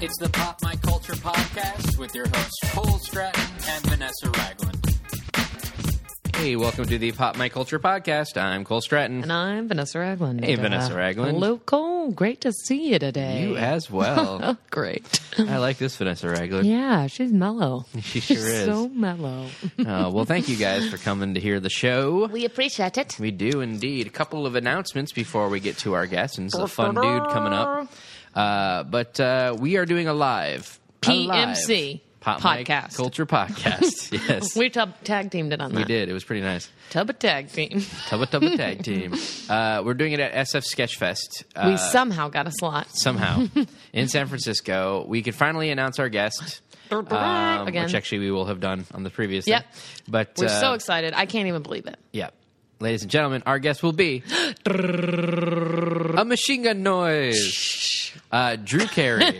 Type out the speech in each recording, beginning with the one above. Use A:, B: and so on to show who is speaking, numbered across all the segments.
A: It's the Pop My Culture podcast with your hosts Cole Stratton and Vanessa Ragland. Hey, welcome to the Pop My Culture podcast. I'm Cole Stratton.
B: And I'm Vanessa Ragland.
A: Hey, Vanessa Ragland.
B: Hello, Cole. Great to see you today. Oh,
A: You as well.
B: Great.
A: I like this Vanessa Ragland.
B: Yeah, she's mellow.
A: She sure
B: she's
A: is.
B: so mellow.
A: Uh, well, thank you guys for coming to hear the show.
B: We appreciate it.
A: We do indeed. A couple of announcements before we get to our guests and the fun dude coming up. Uh, but uh, we are doing a live a live
B: PMC
A: Pop Mic
B: podcast.
A: culture podcast. yes,
B: We tub- tag teamed it on
A: we
B: that.
A: did. It was pretty nice.
B: Tub of tag team.
A: Tubba Tubba Tag Team. Uh, we're doing it at SF Sketchfest. Uh,
B: we somehow got a slot.
A: somehow in San Francisco. We could finally announce our guest. um,
B: Again.
A: Which actually we will have done on the previous.
B: Yep.
A: thing. But
B: We're
A: uh,
B: so excited. I can't even believe it.
A: Yeah. Ladies and gentlemen, our guest will be a machine gun noise. Uh, Drew Carey.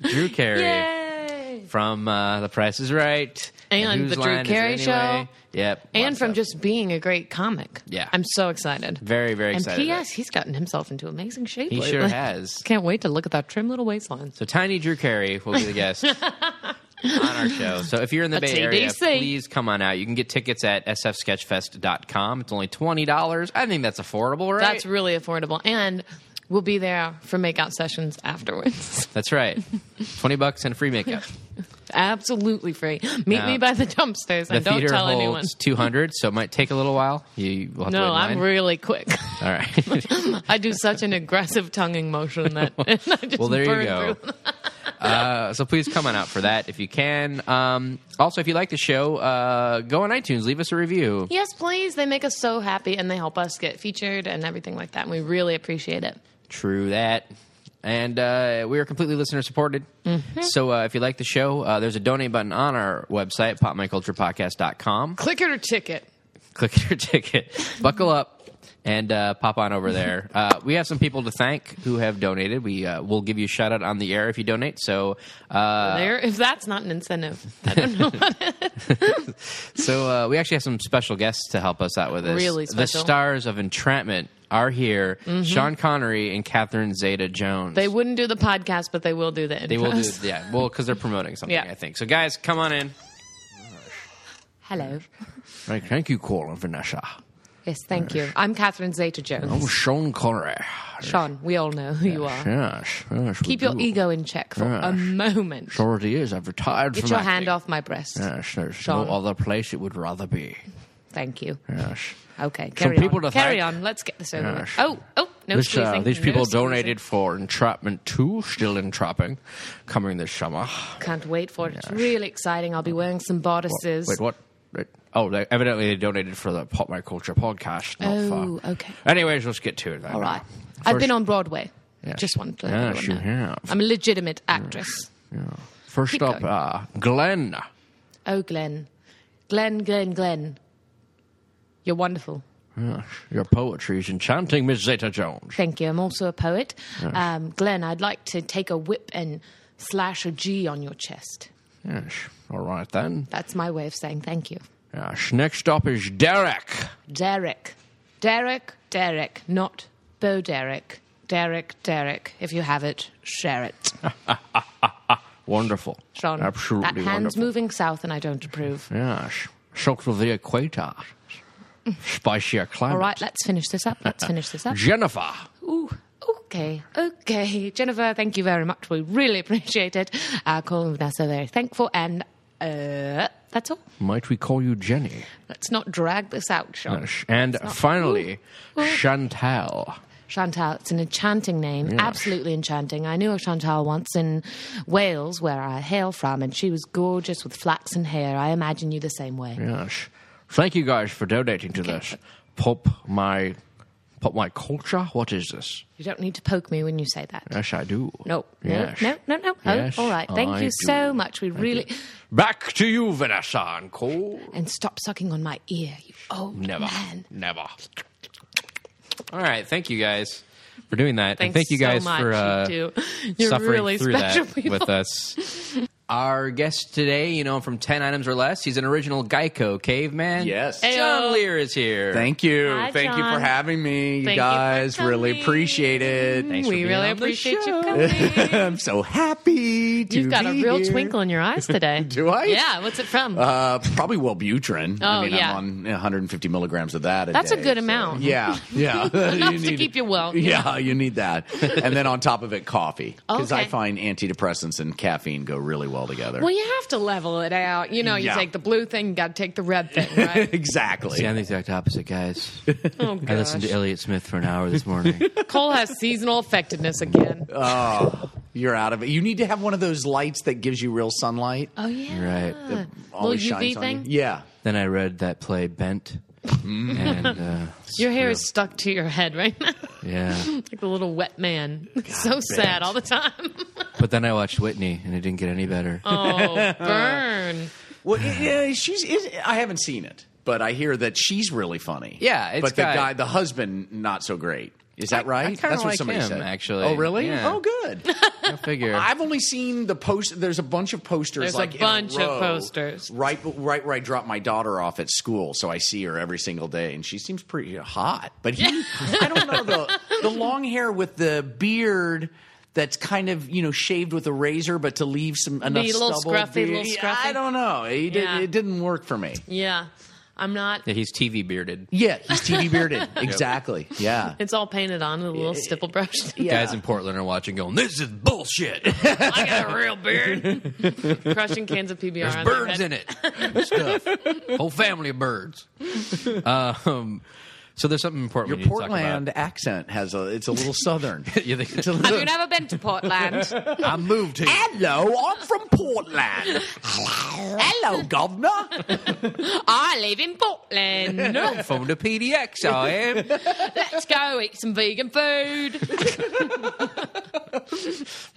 A: Drew Carey
B: Yay!
A: from uh, The Price is Right.
B: And
A: Whose
B: The Drew
A: Line Is It
B: Carey
A: Anyway?
B: Show.
A: Yep.
B: And
A: lots
B: from
A: of-
B: just being a great comic.
A: Yeah.
B: I'm so excited.
A: Very, very
B: and
A: excited.
B: P.S. He's gotten himself into amazing shape
A: He
B: lately.
A: sure has.
B: Can't wait to look at that trim little waistline.
A: So Tiny Drew Carey will be the guest on our show. So if you're in the
B: A
A: Bay Area,
B: TDC.
A: please come on out. You can get tickets at sfsketchfest.com. It's only $20. I think that's affordable, right?
B: That's really affordable. And we'll be there for makeout sessions afterwards.
A: That's right. 20 bucks and free makeup.
B: Absolutely free. Meet
A: Now,
B: me by the dumpsters
A: The
B: and don't
A: theater
B: tell
A: holds
B: anyone.
A: 200, so it might take a little while. You will have to wait
B: No,
A: in line.
B: I'm really quick.
A: All right.
B: I do such an aggressive tonguing motion that I just
A: well, there
B: burn
A: you go.
B: through.
A: uh, so please come on out for that if you can. Um, also, if you like the show, uh, go on iTunes, leave us a review.
B: Yes, please. They make us so happy and they help us get featured and everything like that. And we really appreciate it.
A: True that. And uh, we are completely listener supported.
B: Mm-hmm.
A: So uh, if you like the show, uh, there's a donate button on our website, popmyculturepodcast.com.
B: Click it or ticket.
A: Click your ticket, buckle up, and uh, pop on over there. Uh, we have some people to thank who have donated. We uh, will give you a shout out on the air if you donate. So, uh,
B: there, if that's not an incentive,
A: so uh, we actually have some special guests to help us out with this.
B: Really
A: The
B: special. Mm-hmm.
A: stars of Entrapment are here: Sean Connery and Catherine Zeta-Jones.
B: they wouldn't do the podcast, but they will do the intros.
A: They will do, yeah. Well, because they're promoting something,
B: Yeah.
A: I think. So, guys, come on in.
B: Hello.
A: Right, thank you, Colin Vanessa.
B: Yes, thank you. I'm Catherine Zeta Jones.
A: Sean Connery.
B: Sean, we all know who you are.
A: Yes, yes.
B: Keep your ego in check for a moment.
A: Already is. I've retired
B: Get your hand off my breast.
A: Yes, there's
B: Sean.
A: other place it would rather be.
B: Thank you.
A: Yes.
B: Okay, carry
A: people
B: on.
A: to
B: Carry
A: thank.
B: on. Let's get this over.
A: Yeah,
B: with.
A: sure.
B: Oh, oh, no
A: This, uh,
B: squeezing.
A: these
B: No
A: people
B: squeezing.
A: donated for Entrapment 2, still entrapping, coming this summer.
B: Can't wait for it. It's really exciting. I'll be wearing some bodices.
A: Wait, what? Wait. Oh, they, evidently they donated for the Pop My Culture podcast. Not
B: Oh,
A: for-
B: okay.
A: Anyways, let's get to it. then.
B: All right.
A: First-
B: I've been on Broadway.
A: Yes.
B: Just wanted to let
A: Yes,
B: everyone
A: you
B: know.
A: have.
B: I'm a legitimate actress.
A: First
B: Keep
A: up,
B: going.
A: uh, Glenn.
B: Oh, Glenn. Glenn, Glenn, Glenn. You're wonderful.
A: Yes, your poetry is enchanting, Miss Zeta Jones.
B: Thank you. I'm also a poet. Um, Glenn, I'd like to take a whip and slash a G on your chest.
A: Yes. All right then.
B: That's my way of saying thank you.
A: Yes. Next up is Derek.
B: Derek. Derek, Derek, not Bo Derek. Derek, Derek. If you have it, share it.
A: Wonderful.
B: Sean,
A: Absolutely
B: that hand's
A: wonderful.
B: moving south and I don't approve.
A: Yes. Shocked of the equator. Spicier climate.
B: All right, let's finish this up. Let's finish this up.
A: Jennifer.
B: Ooh, okay, okay. Jennifer, thank you very much. We really appreciate it. Uh, Colin and Vanessa, very thankful. And uh, that's all.
A: Might we call you Jenny?
B: Let's not drag this out, Sean.
A: Yes. And finally, Chantal.
B: Chantal, it's an enchanting name, absolutely enchanting. I knew a Chantal once in Wales, where I hail from, and she was gorgeous with flaxen hair. I imagine you the same way.
A: Yes. Thank you guys for donating to this. Pop my, pop my culture. What is this?
B: You don't need to poke me when you say that.
A: Yes, I do.
B: No,
A: Yes.
B: no, no, no, no.
A: Yes,
B: oh, all right. Thank
A: I
B: you
A: do.
B: so much. We really.
A: Back to you, Vanessa and Cole.
B: And stop sucking on my ear, you old
A: Never.
B: man.
A: Never. All right. Thank you guys for doing that. and
B: Thanks
A: thank you guys
B: so much.
A: for uh,
B: you two. You're
A: suffering
B: really
A: through
B: special
A: that uh,
B: people.
A: with us. Our guest today, you know, from 10 items or less, he's an original Geico caveman.
C: Yes.
B: Hey,
A: John
B: yo.
A: Lear is here.
C: Thank you.
B: Hi,
C: Thank you for
B: John.
C: having me, you
B: Thank you for
C: guys. really
B: coming.
C: appreciate it.
A: Thanks for
B: we
A: being
B: really
A: on the
B: appreciate you
A: show.
B: coming.
C: I'm so happy to
B: You've got a
C: be
B: real
C: here.
B: twinkle in your eyes today.
C: Do I?
B: Yeah. What's it from?
C: Uh, probably Wellbutrin.
B: Oh,
C: I mean,
B: yeah.
C: I'm on 150 milligrams of that. A
B: That's a
C: day,
B: good
C: so-
B: amount.
C: Yeah, yeah.
B: Enough to keep you well, you
C: Yeah, you need that. and then on top of it, coffee because I
B: Okay.
C: find antidepressants and caffeine go really well together.
B: well, you have to level it out. You know, you
C: Yeah.
B: take the blue thing, you got to take the red thing, right?
C: exactly.
A: See, I'm the exact opposite, guys.
B: oh,
A: I listened to
B: gosh.
A: Elliott Smith for an hour this morning.
B: Oh, Cole has seasonal effectiveness again.
C: You're out of it. You need to have one of those lights that gives you real sunlight.
B: oh, yeah.
A: right.
B: Little
C: Always
B: UV
C: shines on you.
B: thing.
C: Yeah.
A: Then I read that play Bent. and uh,
B: Your hair is stuck to your head right now.
A: yeah,
B: like a little wet man. so sad all the time.
A: but then I watched Whitney and it didn't get any better.
B: Oh, burn.
C: Well, yeah, she's. Is, I haven't seen it, but I hear that she's really funny.
A: Yeah, it's
C: but the
A: got-
C: guy, the husband, not so great. Is that
A: I-
C: right?
A: I kinda
C: That's what
A: like
C: somebody
A: him,
C: said.
A: actually.
C: Oh, really?
A: Yeah.
C: Oh, good.
A: I figure.
C: I've only seen the post. There's a bunch of posters.
B: There's a
C: like in
B: bunch of
C: row,
B: posters.
C: Right, right where I drop my daughter off at school, so I see her every single day, and she seems pretty hot. But he, I don't know the the long hair with the beard. That's kind of you know shaved with a razor, but to leave some enough
B: little
C: stubble.
B: scruffy,
C: there-
B: little
C: I
B: scruffy.
C: don't know. It, did-
B: Yeah.
C: it didn't work for me.
B: Yeah. I'm not.
A: Yeah, he's TV bearded.
C: Yeah, he's TV bearded. exactly. Yeah.
B: It's all painted on with a little stipple brush.
C: Yeah.
A: Guys in Portland are watching, going, "This is bullshit.
B: I got a real beard. Crushing cans of PBR.
A: There's
B: on their
A: birds
B: head.
A: in it. Stuff. Whole family of birds." Um, so there's something important.
C: Your
A: we need to talk about.
C: Portland accent has a. It's a little southern.
A: You think-
C: It's a
B: Have
C: little-
B: you never been to Portland?
A: I moved here.
C: Hello, I'm from Portland. Hello, hello, governor.
B: I live in Portland.
A: I'm from the PDX. I am.
B: Let's go eat some vegan food.
A: We're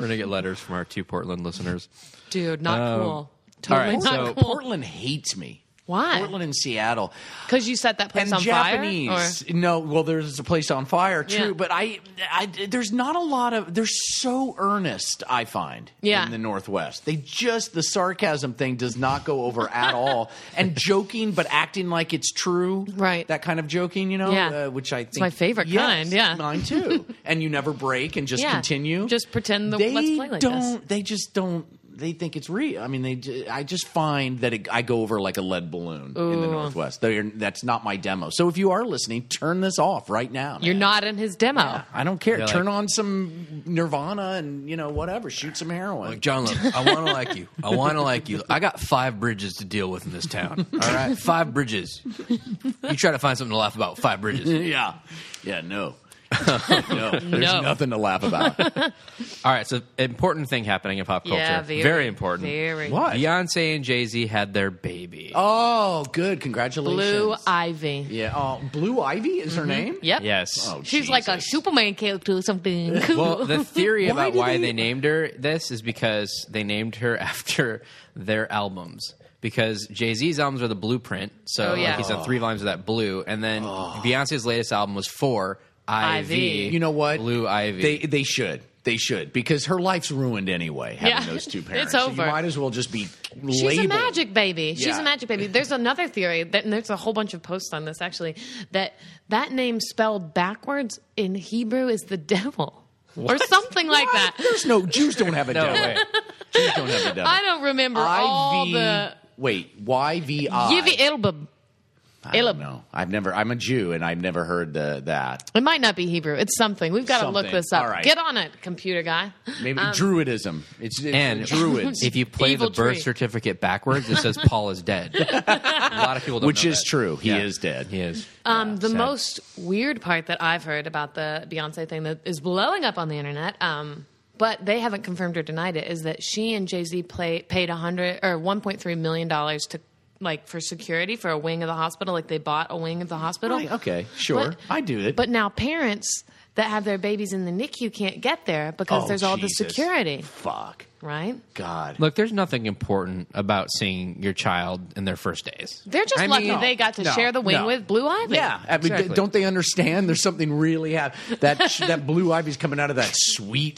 A: gonna get letters from our two Portland listeners.
B: Dude, not
A: Um,
B: cool. Totally
A: all right,
B: not
A: so-
B: cool.
C: Portland hates me.
B: Why?
C: Portland and Seattle
B: Because you set that place
C: and
B: on
C: Japanese.
B: fire? Or-
C: No, well, there's a place on fire, true.
B: Yeah.
C: But I, I, there's not a lot of. They're so earnest. I find
B: Yeah.
C: in the Northwest, they just the sarcasm thing does not go over at all, and joking but acting like it's true.
B: Right.
C: that kind of joking, you know,
B: Yeah.
C: uh, which I think
B: my favorite
C: Yes,
B: kind, yeah.
C: mine too. and you never break and just
B: Yeah.
C: continue.
B: Just pretend the
C: they
B: Let's Play like this.
C: don't. They just don't. They think it's real. I mean, they. ju- I just find that it, I go over like a lead balloon in the Northwest. They're, that's not my demo. So if you are listening, turn this off right now. man.
B: You're not in his demo.
C: I don't care.
A: You're
C: turn
A: like-
C: on some Nirvana and you know whatever. Shoot some heroin.
A: Like John Love, I want to like you. I want to like you. I got five bridges to deal with in this town. All right, five bridges. You try to find something to laugh about. Five bridges.
C: yeah, yeah. No, no. There's
B: No.
C: nothing to laugh about.
A: All right. So important thing happening in pop culture.
B: Yeah, very,
A: important.
B: Very.
C: What?
A: Beyonce and Jay Z had their baby.
C: oh, good. Congratulations.
B: Blue Mm-hmm. Ivy.
C: Yeah. Oh, Blue Ivy is her name.
B: Yep.
A: Yes.
C: Oh,
B: She's like a
C: Jesus.
B: Superman character or something. Cool.
A: Well, the theory
C: Why
A: about
C: do
A: why
C: they-
A: they named her this is because they named her after their albums. Because Jay Z's albums are the blueprint, so
B: Oh, yeah.
A: like he's done three volumes of that blue, and then
C: Oh.
A: Beyonce's latest album was four. IV.
B: Ivy.
C: You know what?
A: Blue Ivy.
C: They they should. They should because her life's ruined anyway. Having
B: Yeah.
C: those two
B: It's
C: parents, So
B: over.
C: you might as well just be
B: She's
C: labeled.
B: a magic baby. She's
C: Yeah.
B: a magic baby. There's another theory that and there's a whole bunch of posts on this actually that that name spelled backwards in Hebrew is the devil or something like that.
C: What? There's no Jews don't have a
A: No
C: devil.
A: way.
C: Jews don't have a devil.
B: I don't remember all the
C: wait Y V I.
B: Yivi Elbab.
C: I don't know. I've never. I'm a Jew and I've never heard the that.
B: It might not be Hebrew. It's something. We've got to look
C: Something.
B: this up.
C: All right.
B: Get on it, computer guy.
C: Maybe
B: Um,
C: Druidism. It's, it's
A: and
C: Druids,
A: If you play
B: Evil
A: the birth
B: tree.
A: certificate backwards, it says Paul is dead. a lot of people, don't
C: which
A: know
C: is
A: that.
C: true. He
A: Yeah.
C: is dead.
A: He is.
B: Um, the
A: sad.
B: most weird part that I've heard about the Beyonce thing that is blowing up on the internet, um, but they haven't confirmed or denied it, is that she and Jay Z play paid a hundred or one point three million dollars to like for security for a wing of the hospital, like they bought a wing of the hospital.
C: Right, okay. Oh, Sure.
B: But-
C: I do it.
B: But now parents that have their babies in the NICU can't get there because
C: Oh,
B: there's all the
C: Jesus.
B: security,
C: Fuck.
B: right?
C: God.
A: Look, there's nothing important about seeing your child in their first days.
B: They're just
A: I
B: lucky
A: mean-
B: they got to
C: no,
B: share the wing
C: no.
B: with Blue Ivy.
C: Yeah, I mean,
A: Exactly.
C: don't they understand? There's something really hap- that sh- that blue ivy's coming out of that sweet,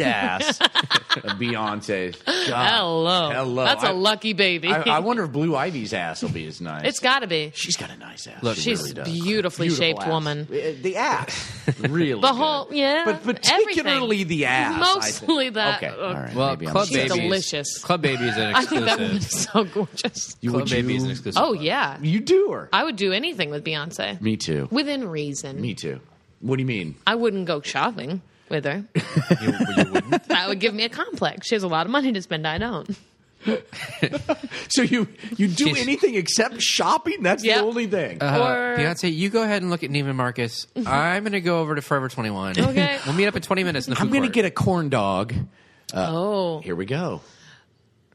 C: ass of Beyonce's. God.
B: Hello.
C: hello.
B: That's a
C: I-
B: lucky baby.
C: I, I wonder if Blue Ivy's ass will be as nice.
B: it's got to be.
C: she's got a nice ass.
A: Look,
C: She
B: She's
C: really does.
B: beautifully
C: Beautiful
B: shaped
C: ass.
B: woman.
C: Uh, The ass, really.
B: The whole-
C: good.
B: yeah,
C: but particularly
B: everything.
C: the ass. I think.
B: Mostly that.
C: Okay, all right.
A: Well,
C: maybe I'm
A: Club
C: obsessed.
A: Baby
B: delicious.
A: Club Baby is an
B: I think that woman
A: exclusive.
B: is so gorgeous.
C: You
A: Club
C: would
A: Baby is an
C: you?
A: exclusive.
B: Oh yeah,
C: You do her.
B: I would do anything with Beyonce.
C: Me too.
B: Within reason.
C: Me too. What do you mean?
B: I wouldn't go shopping with her.
A: You, you wouldn't.
B: That would give me a complex. She has a lot of money to spend. I don't.
C: So you you do
A: She's-
C: anything except shopping? That's
B: Yeah.
C: the only thing.
B: or
A: Beyonce, you go ahead and look at Neiman Marcus. I'm going to go over to Forever 21.
B: Okay.
A: We'll meet up in 20 minutes. In the
C: I'm
A: going
C: gonna
A: to
C: get a corn dog.
B: oh
C: Here we go.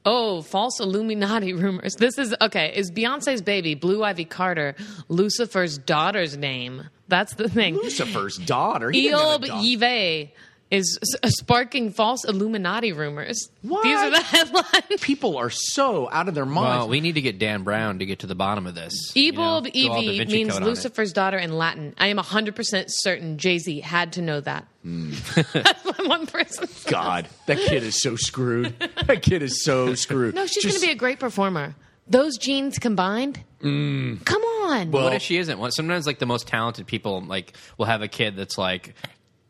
B: oh false Illuminati rumors. This is okay. Is Beyonce's baby Blue Ivy Carter Lucifer's daughter's name? That's the thing.
C: Lucifer's daughter. He didn't have
B: Eob
C: a dog.
B: Yve is s- uh, sparking false Illuminati rumors.
C: What?
B: These are the headlines.
C: People are so out of their minds.
A: Well, we need to get Dan Brown to get to the bottom of this. you know?
B: Eob
A: Go all Da
B: Eve
A: Vinci
B: means
A: Code on it.
B: Lucifer's daughter in Latin. I am 100% certain Jay Z had to know that.
A: Hmm.
B: One person.
C: God, that kid is so screwed. that kid is so screwed.
B: No, she's going to be a great performer. Those genes combined?
A: Hmm.
B: Come on.
A: What if she isn't? What- Sometimes, like the most talented people, like will have a kid that's like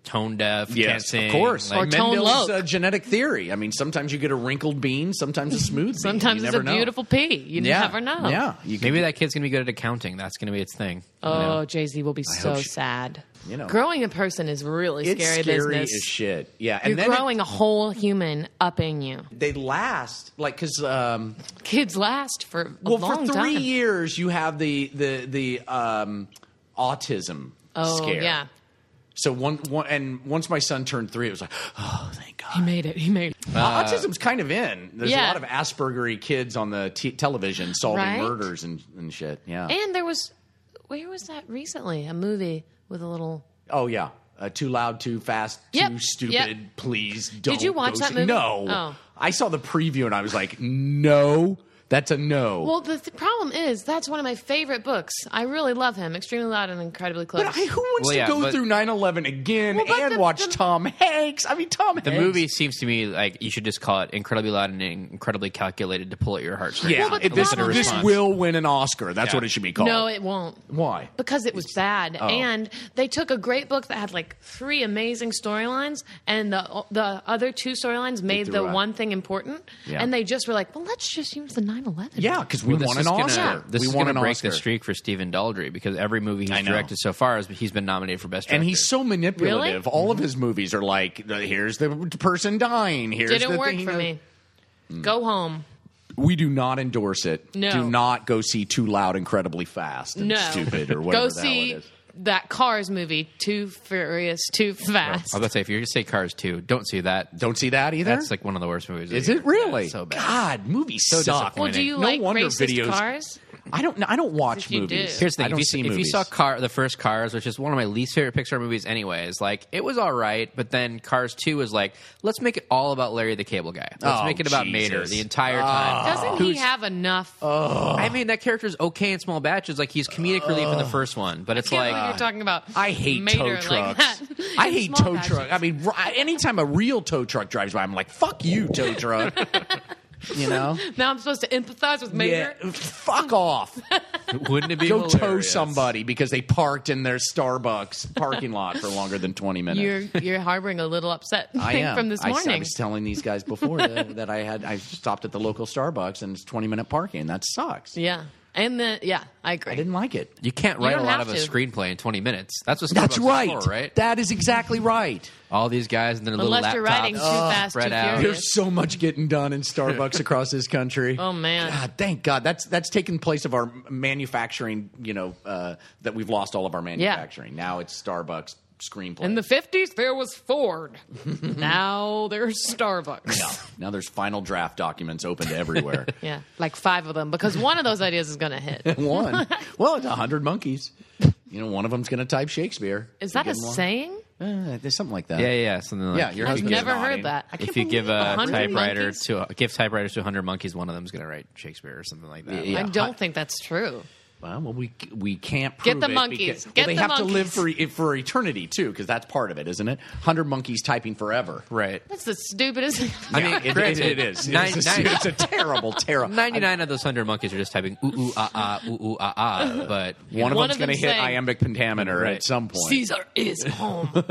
A: tone deaf, can't
C: Yes,
A: sing,
C: of course.
A: Like,
B: Or tone
C: Mendele's
B: low.
C: uh, genetic theory. I mean, sometimes you get a wrinkled bean, sometimes a smooth. bean.
B: Sometimes
C: You
B: it's a
C: never know.
B: beautiful pea. You
C: Yeah,
B: never know.
C: Yeah, you can,
A: maybe that kid's gonna be good at accounting. That's gonna be its thing. you know?
B: Oh, Jay Z will be so
C: hope she-
B: sad.
C: You know.
B: growing a person is really
C: it's
B: scary,
C: scary
B: business.
C: as shit. Yeah, and
B: You're
C: then it-
B: growing a whole human up in you.
C: they last like because um,
B: Kids last for a
C: well for
B: long
C: three
B: time.
C: years you have the the the um, autism
B: oh
C: scare.
B: yeah,
C: So one, one and once my son turned three, it was like, oh, thank
B: he
C: God.
B: made it. He made
C: Uh,
B: it.
C: Autism's kind of in. There's
B: yeah.
C: a lot of Aspergery kids on the t- television solving
B: Right?
C: murders and, and shit. Yeah.
B: And there was where was that recently? A movie with a little.
C: oh yeah. Uh, too loud, too fast,
B: Yep,
C: too
B: yep.
C: stupid. Please don't.
B: you watch
C: go
B: that
C: see-
B: movie?
C: No.
B: Oh.
C: I saw the preview and I was like, no, that's a no.
B: Well, the th- problem is that's one of my favorite books. I really love him. Extremely loud and incredibly close.
C: but I, who wants
A: Well, yeah,
C: to go
A: but-
C: through 9-11 again
B: Well, but
C: and
B: the-
C: watch
B: the-
C: Tom Hanks? I mean, Tom
A: The
C: Hanks.
A: movie seems to me like you should just call it incredibly loud and incredibly calculated to pull at your heartstrings.
C: Yeah,
B: Well, but
C: it-
B: the
C: this,
B: problem
C: this
A: is-
C: will win an Oscar. That's
A: Yeah.
C: what it should be called.
B: no, it won't.
C: Why?
B: Because it was bad,
C: oh.
B: and they took a great book that had like three amazing storylines, and the the other two storylines made
C: threw
B: the
C: out.
B: one thing important,
C: Yeah.
B: and they just were like, "Well, let's just use the 9/11."
C: Yeah, because we
A: Well,
C: want
A: is
C: an
A: gonna-
C: Oscar.
A: This
C: we
A: is
C: want
A: going
C: an
A: to break
C: Oscar.
A: the streak for Stephen Daldry because every movie
C: I
A: he's
C: know.
A: directed so far is he's been nominated for best. Director.
C: And he's so manipulative.
B: Really?
C: All of his movies are like, here's the person dying. Here's
B: didn't
C: the
B: work
C: thing. Hmm.
B: for me. Go home.
C: We do not endorse it.
B: No.
C: Do not go see Too Loud, Incredibly Fast, and
B: No,
C: Stupid, or whatever
B: Go
C: the
B: see
C: hell it is.
B: that Cars movie, Too Furious, Too
C: Oh,
A: I was
B: Fast.
A: about to say if you're going to say Cars 2, don't see that.
C: Don't see that either.
A: That's like one of the worst movies. of
C: is
A: the
C: it
A: year.
C: really?
A: Yeah, it's so bad.
C: God, movies suck.
A: disappointing.
B: well, do you
C: No
B: like
C: wonder
B: racist
C: videos-
B: cars?
C: I don't. I don't watch
B: If you do.
C: movies.
A: Here's the
C: I
A: thing: if
C: don't
A: you,
C: see
A: if you
C: movies.
A: saw Car, the first Cars, which is one of my least favorite Pixar movies, anyways, like it was all right, but then Cars Two was like, let's make it all about Larry the Cable Guy. Let's
C: Oh,
A: make it about
C: Jesus. Ah.
A: Mater the entire time.
C: Oh.
B: Doesn't he have enough?
A: I mean, that character's okay in small batches. Like he's comedic relief in the first one, but it's
B: can't
A: like
B: believe you're talking about.
C: I hate
B: Mater
C: tow
B: like
C: trucks.
B: that.
C: I
B: In
C: hate
B: small
C: tow
B: batches.
C: truck. I mean, ri- anytime a real tow truck drives by, I'm like, "Fuck you, tow truck." you know?
B: Now I'm supposed to empathize with Mater.
C: Yeah. Fuck off.
A: wouldn't it be
C: Go tow
A: hilarious?
C: somebody because they parked in their Starbucks parking lot for longer than 20 minutes.
B: You're you're harboring a little upset
C: I
B: thing
C: am.
B: from this
C: I s- I,
B: morning.
C: was telling these guys before that, that I had I stopped at the local Starbucks and it's 20 minute parking. That sucks.
B: yeah, and the yeah, I
C: I
B: agree.
C: didn't like it.
A: You can't write
B: don't
A: a lot
B: have
A: of a
B: to.
A: screenplay in 20 minutes. That's what
C: That's
A: Starbucks is
C: right.
A: for, right?
C: That is exactly right.
A: All these guys and their
B: Unless
A: little
B: you're
A: laptops
B: writing too fast,
A: spread
B: too
A: out.
B: furious.
C: There's so much getting done in Starbucks across this country.
B: Oh, man.
C: God, thank God. That's that's taken place of our manufacturing, you know, uh, that we've lost all of our manufacturing. Now it's Starbucks screenplay.
B: In the 50s, there was Ford. now there's Starbucks.
C: No. Now there's final draft documents opened everywhere.
B: Yeah, like five of them because one of those ideas is going to hit.
C: One. Well, it's a hundred monkeys. you know, one of them's going to type Shakespeare.
B: Is that
C: You
B: a
C: give 'em
B: saying?
C: one- Uh, there's something like that.
A: Yeah, yeah, something like
C: Yeah, your
A: if
B: I've
A: you
C: husband
A: give-
B: never heard
C: nodding.
B: that.
C: I
A: If you give
B: A
A: a
B: hundred
A: typewriter
B: monkeys?
A: to give typewriters to 100 monkeys, one of them's going to write Shakespeare or something like that.
C: Yeah.
B: I don't think that's true.
C: Well, well, we we can't
B: Get
C: prove
B: the
C: it
B: monkeys.
C: because- well,
B: Get
C: they
B: the
C: have to
B: monkeys.
C: live for e- for eternity too, because that's part of it, isn't it? Hundred monkeys typing forever.
A: Right.
B: That's the stupidest.
A: I mean,
C: It- it-
A: granted,
C: it is. It
A: nine-
C: is a,
A: nine-
C: it's a terrible, terrible.
A: 99 of those 100 monkeys are just typing ooh ooh ah ah ooh ooh ah ah, but you
C: One of
A: know,
B: One
C: them's
B: of
C: going
B: them's
C: to hit
B: saying-
C: iambic pentameter
A: Right.
C: at some point.
B: Caesar is home.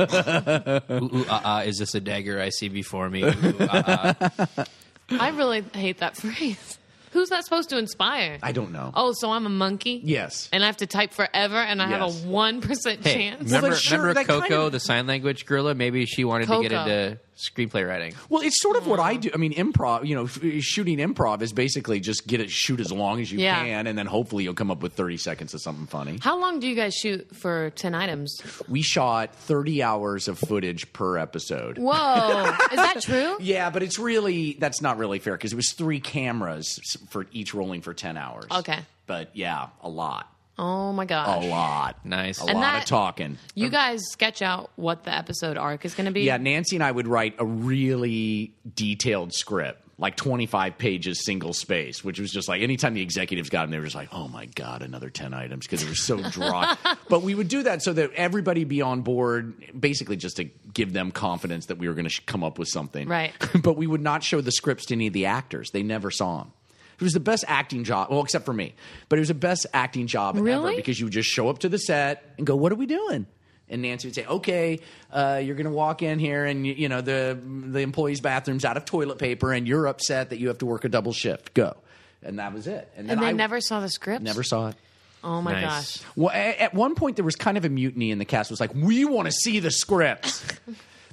A: ooh ooh ah ah is this a dagger I see before me? Ooh, ooh, ah, ah.
B: I really hate that phrase. Who's that supposed to inspire?
C: I don't know.
B: oh, so I'm a monkey?
C: Yes.
B: And I have to type forever and I
C: Yes.
B: have a 1%
A: Hey,
B: chance?
A: remember,
C: but sure,
A: remember
C: that kind
A: Coco,
C: of-
A: the sign language gorilla? Maybe she wanted to get
B: Coco.
A: into screenplay writing.
C: Well, it's sort of what I do. I mean, improv. You know, f- shooting improv is basically just get it, shoot as long as you
B: Yeah.
C: can, and then hopefully you'll come up with thirty seconds of something funny.
B: How long do you guys shoot for 10 items?
C: We shot thirty hours of footage per episode.
B: Whoa. is that true?
C: Yeah, but it's really that's not really fair because it was three cameras s- for each rolling for ten hours.
B: Okay.
C: but yeah, a lot,
B: Oh my
C: a
B: gosh.
C: lot,
A: Nice.
C: a
A: And
C: lot
B: that-
C: of talking.
B: You guys sketch out what the episode arc is going to be?
C: Yeah, Nancy and I would write a really detailed script, like 25 pages, single space, which was just like anytime the executives got in, they were just like, oh my God, another 10 items because it was so dry. but we would do that so that everybody be on board, basically just to give them confidence that we were going to sh- come up with something.
B: Right.
C: but we would not show the scripts to any of the actors, they never saw them. It was the best acting job, well, except for me, but it was the best acting job ever
B: Really?
C: because because you would just show up to the set and go, "What are we doing?" And Nancy would say, "Okay, uh, you're going to walk in here, and you, you know the the employees' bathrooms out of toilet paper, and you're upset that you have to work a double shift. Go." And that was it.
B: And
C: then
B: they
C: I
B: never saw the script?
C: never saw it.
B: Oh my
A: Nice.
B: gosh.
C: Well, a- at one point there was kind of a mutiny, and the cast was like, "We want to see the scripts."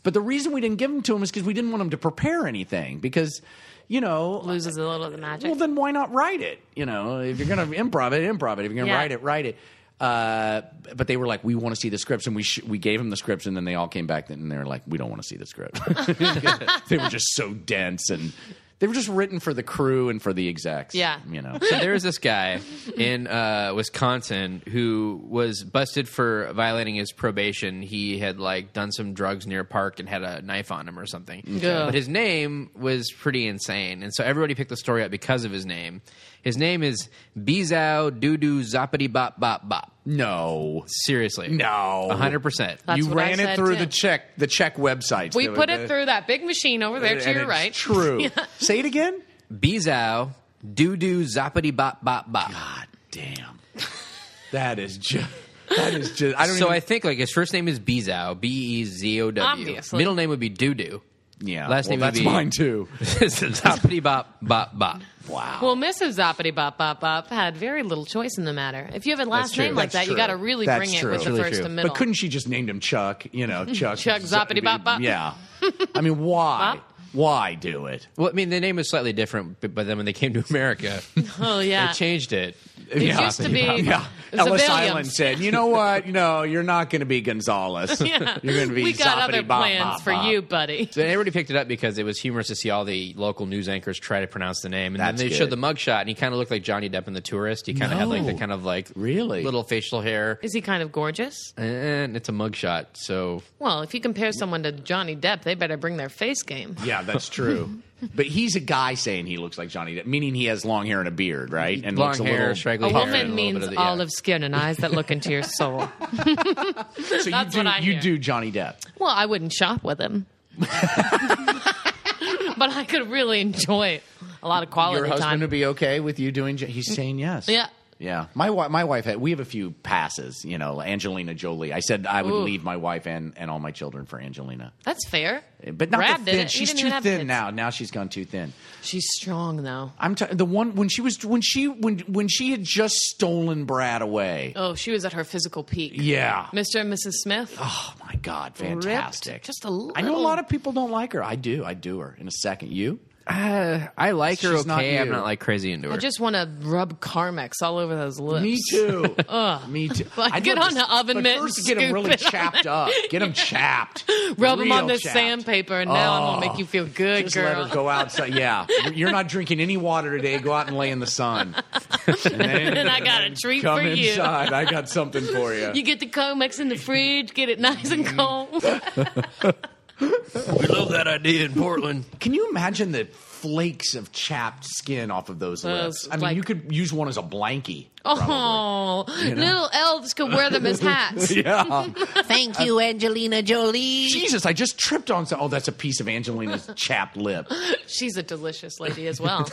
C: but the reason we didn't give them to them is because we didn't want them to prepare anything because. You know,
B: Loses a little of the magic.
C: well, then why not write it? You know, if you're going to improv it, improv it. If you're going to
B: Yeah.
C: write it, write it. Uh, but they were like, we want to see the scripts, and we sh- we gave them the scripts, and then they all came back and they were like, we don't want to see the script. they were just so dense, and they were just written for the crew and for the execs.
B: Yeah.
C: you know.
A: So there was this guy in uh, Wisconsin who was busted for violating his probation. He had like done some drugs near a park and had a knife on him or something.
B: Yeah.
A: But his name was pretty insane, and so everybody picked the story up because of his name. His name is Bizao Doo Doo Zoppity Bop Bop Bop.
C: No,
A: Seriously,
C: no,
A: hundred percent.
B: That's
C: you
B: what I
C: ran it
B: said,
C: through
B: too.
C: the check the check websites.
B: we
C: They
B: put
C: would-
B: it through that big machine over there to
C: and
B: your
C: it's
B: right.
C: True. Say it again.
A: Bizao Doo Doo Zoppity Bop Bop Bop.
C: God damn, that is just that is just. I don't.
A: So
C: even,
A: I think like his first name is Bezow, B E Z O W.
B: Obviously.
A: Middle name would be Doo Doo.
C: yeah.
A: last
C: well,
A: name would
C: that's
A: be-
C: mine too.
A: Zoppity bop bop bop.
C: Wow.
B: Well, Mrs. Zoppity Bop Bop Bop had very little choice in the matter. If you have a last
A: true.
B: name like that,
C: That's
B: you
C: true.
B: got to really
C: That's
B: bring
C: true.
B: it with
C: It's
B: the
A: really
B: first
A: true.
B: to middle.
C: But couldn't she just named him Chuck? You know, Chuck.
B: Chuck Zoppity Bop Bop.
C: Yeah. I mean, why?
B: Bop.
C: Why do it?
A: Well, I mean, the name is slightly different, but, but then when they came to America,
B: oh
A: they
B: yeah,
A: changed it.
C: yeah.
B: used to be-
C: Yeah.
B: it was a
C: Ellis
B: Williams.
C: Island said, "You know what? No, you're not going to be Gonzalez.
B: Yeah.
C: You're going to be
B: we got other
C: Zoppity Bop
B: plans
C: Bop
B: for
C: Bop."
B: you, buddy.
A: So everybody picked it up because it was humorous to see all the local news anchors try to pronounce the name, and
C: That's
A: then they
C: good.
A: showed the mugshot, and he kind of looked like Johnny Depp in The Tourist. He kind of had like the
C: No.
A: kind of like
C: Really?
A: little facial hair,
B: Is he kind of gorgeous?
A: and it's a mugshot. So
B: Well, if you compare someone to Johnny Depp, they better bring their face game.
C: Yeah, that's true. but he's a guy saying he looks like Johnny Depp, meaning he has long hair and a beard, right? And
A: long
C: looks a
A: hair,
C: little
A: straggly
B: A
A: hair,
B: woman
A: and a little bit
B: means
A: of the, yeah.
B: olive skin and eyes that look into your soul.
C: So you
B: That's
C: do
B: what I
C: you
B: hear.
C: do Johnny Depp.
B: Well, I wouldn't shop with him. but I could really enjoy a lot of quality
C: Your husband
B: time.
C: would be okay with you doing? Jo- He's saying yes.
B: Yeah.
C: Yeah, my wife. My wife had. We have a few passes. You know, Angelina Jolie. I said I would
B: Ooh.
C: leave my wife and, and all my children for Angelina,
B: That's fair.
C: but not
B: Brad
C: the
B: did
C: thin.
B: it. He
C: She's
B: didn't
C: too
B: even have
C: thin
B: kids.
C: now. Now she's gone too thin.
B: She's strong though.
C: I'm t- the one when she was when she when when she had just stolen Brad away.
B: Oh, she was at her physical peak.
C: Yeah.
B: Mr. and Mrs. Smith.
C: Oh my God, fantastic!
B: Ripped, just a
C: I know a
B: little.
C: lot of people don't like her. I do. I do her in a second. You?
A: uh, I like her
C: She's not
A: okay. I'm
C: you.
A: not like crazy into her.
B: I just want to rub Carmex all over those lips.
C: Me too. Me too.
B: Like,
C: I'd
B: get
C: love
B: on
C: to-
B: the oven
C: but
B: mitt
C: First,
B: and
C: get them
B: scoop
C: really
B: it on
C: chapped up. Get them chapped.
B: Rub them on
C: Real
B: this
C: chapped.
B: sandpaper, and now I'm gonna make you feel good,
C: Just
B: girl.
C: let her go outside. Yeah, you're not drinking any water today. Go out and lay in the sun. And then
B: and I got a treat
C: come
B: for you.
C: inside. I got something for you.
B: You get the Comex in the fridge, get it nice and
C: Mm-hmm.
B: cold.
A: we love that idea in Portland.
C: Can you imagine the flakes of chapped skin off of those lips?
B: Those,
C: I mean,
B: like-
C: you could use one as a blankie. probably.
B: Oh, little elves could wear them as hats.
C: Yeah.
D: Thank you, Angelina Jolie.
C: Uh, Jesus, I just tripped on some. Oh, that's a piece of Angelina's chapped lip.
B: She's a delicious lady as well.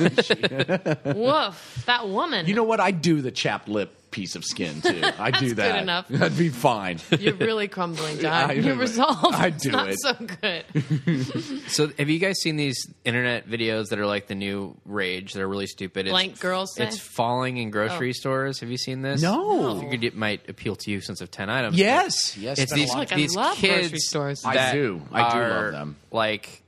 B: Woof, that woman.
C: You know what? I do the chapped lip piece of skin too. I do
B: That's good
C: that.
B: enough.
C: That'd be fine.
B: You're really crumbling,
C: Yeah,
B: John.
C: I
B: Your
C: know.
B: resolve
C: I
B: is
C: do
B: not
C: it.
B: so good.
A: So, have you guys seen these internet videos that are like the new rage? They're really stupid. It's-
B: Blank girls say? Oh.
A: It's falling in grocery stores. Have you seen this?
C: No.
A: I figured it might appeal to you since of ten items.
C: Yes. Yes.
A: it's
C: been a
A: these,
C: lot of-
B: Look, I
A: these
B: love
A: kids
B: grocery stores.
C: I
A: that
C: do. I do love
A: are,
C: them.
A: Like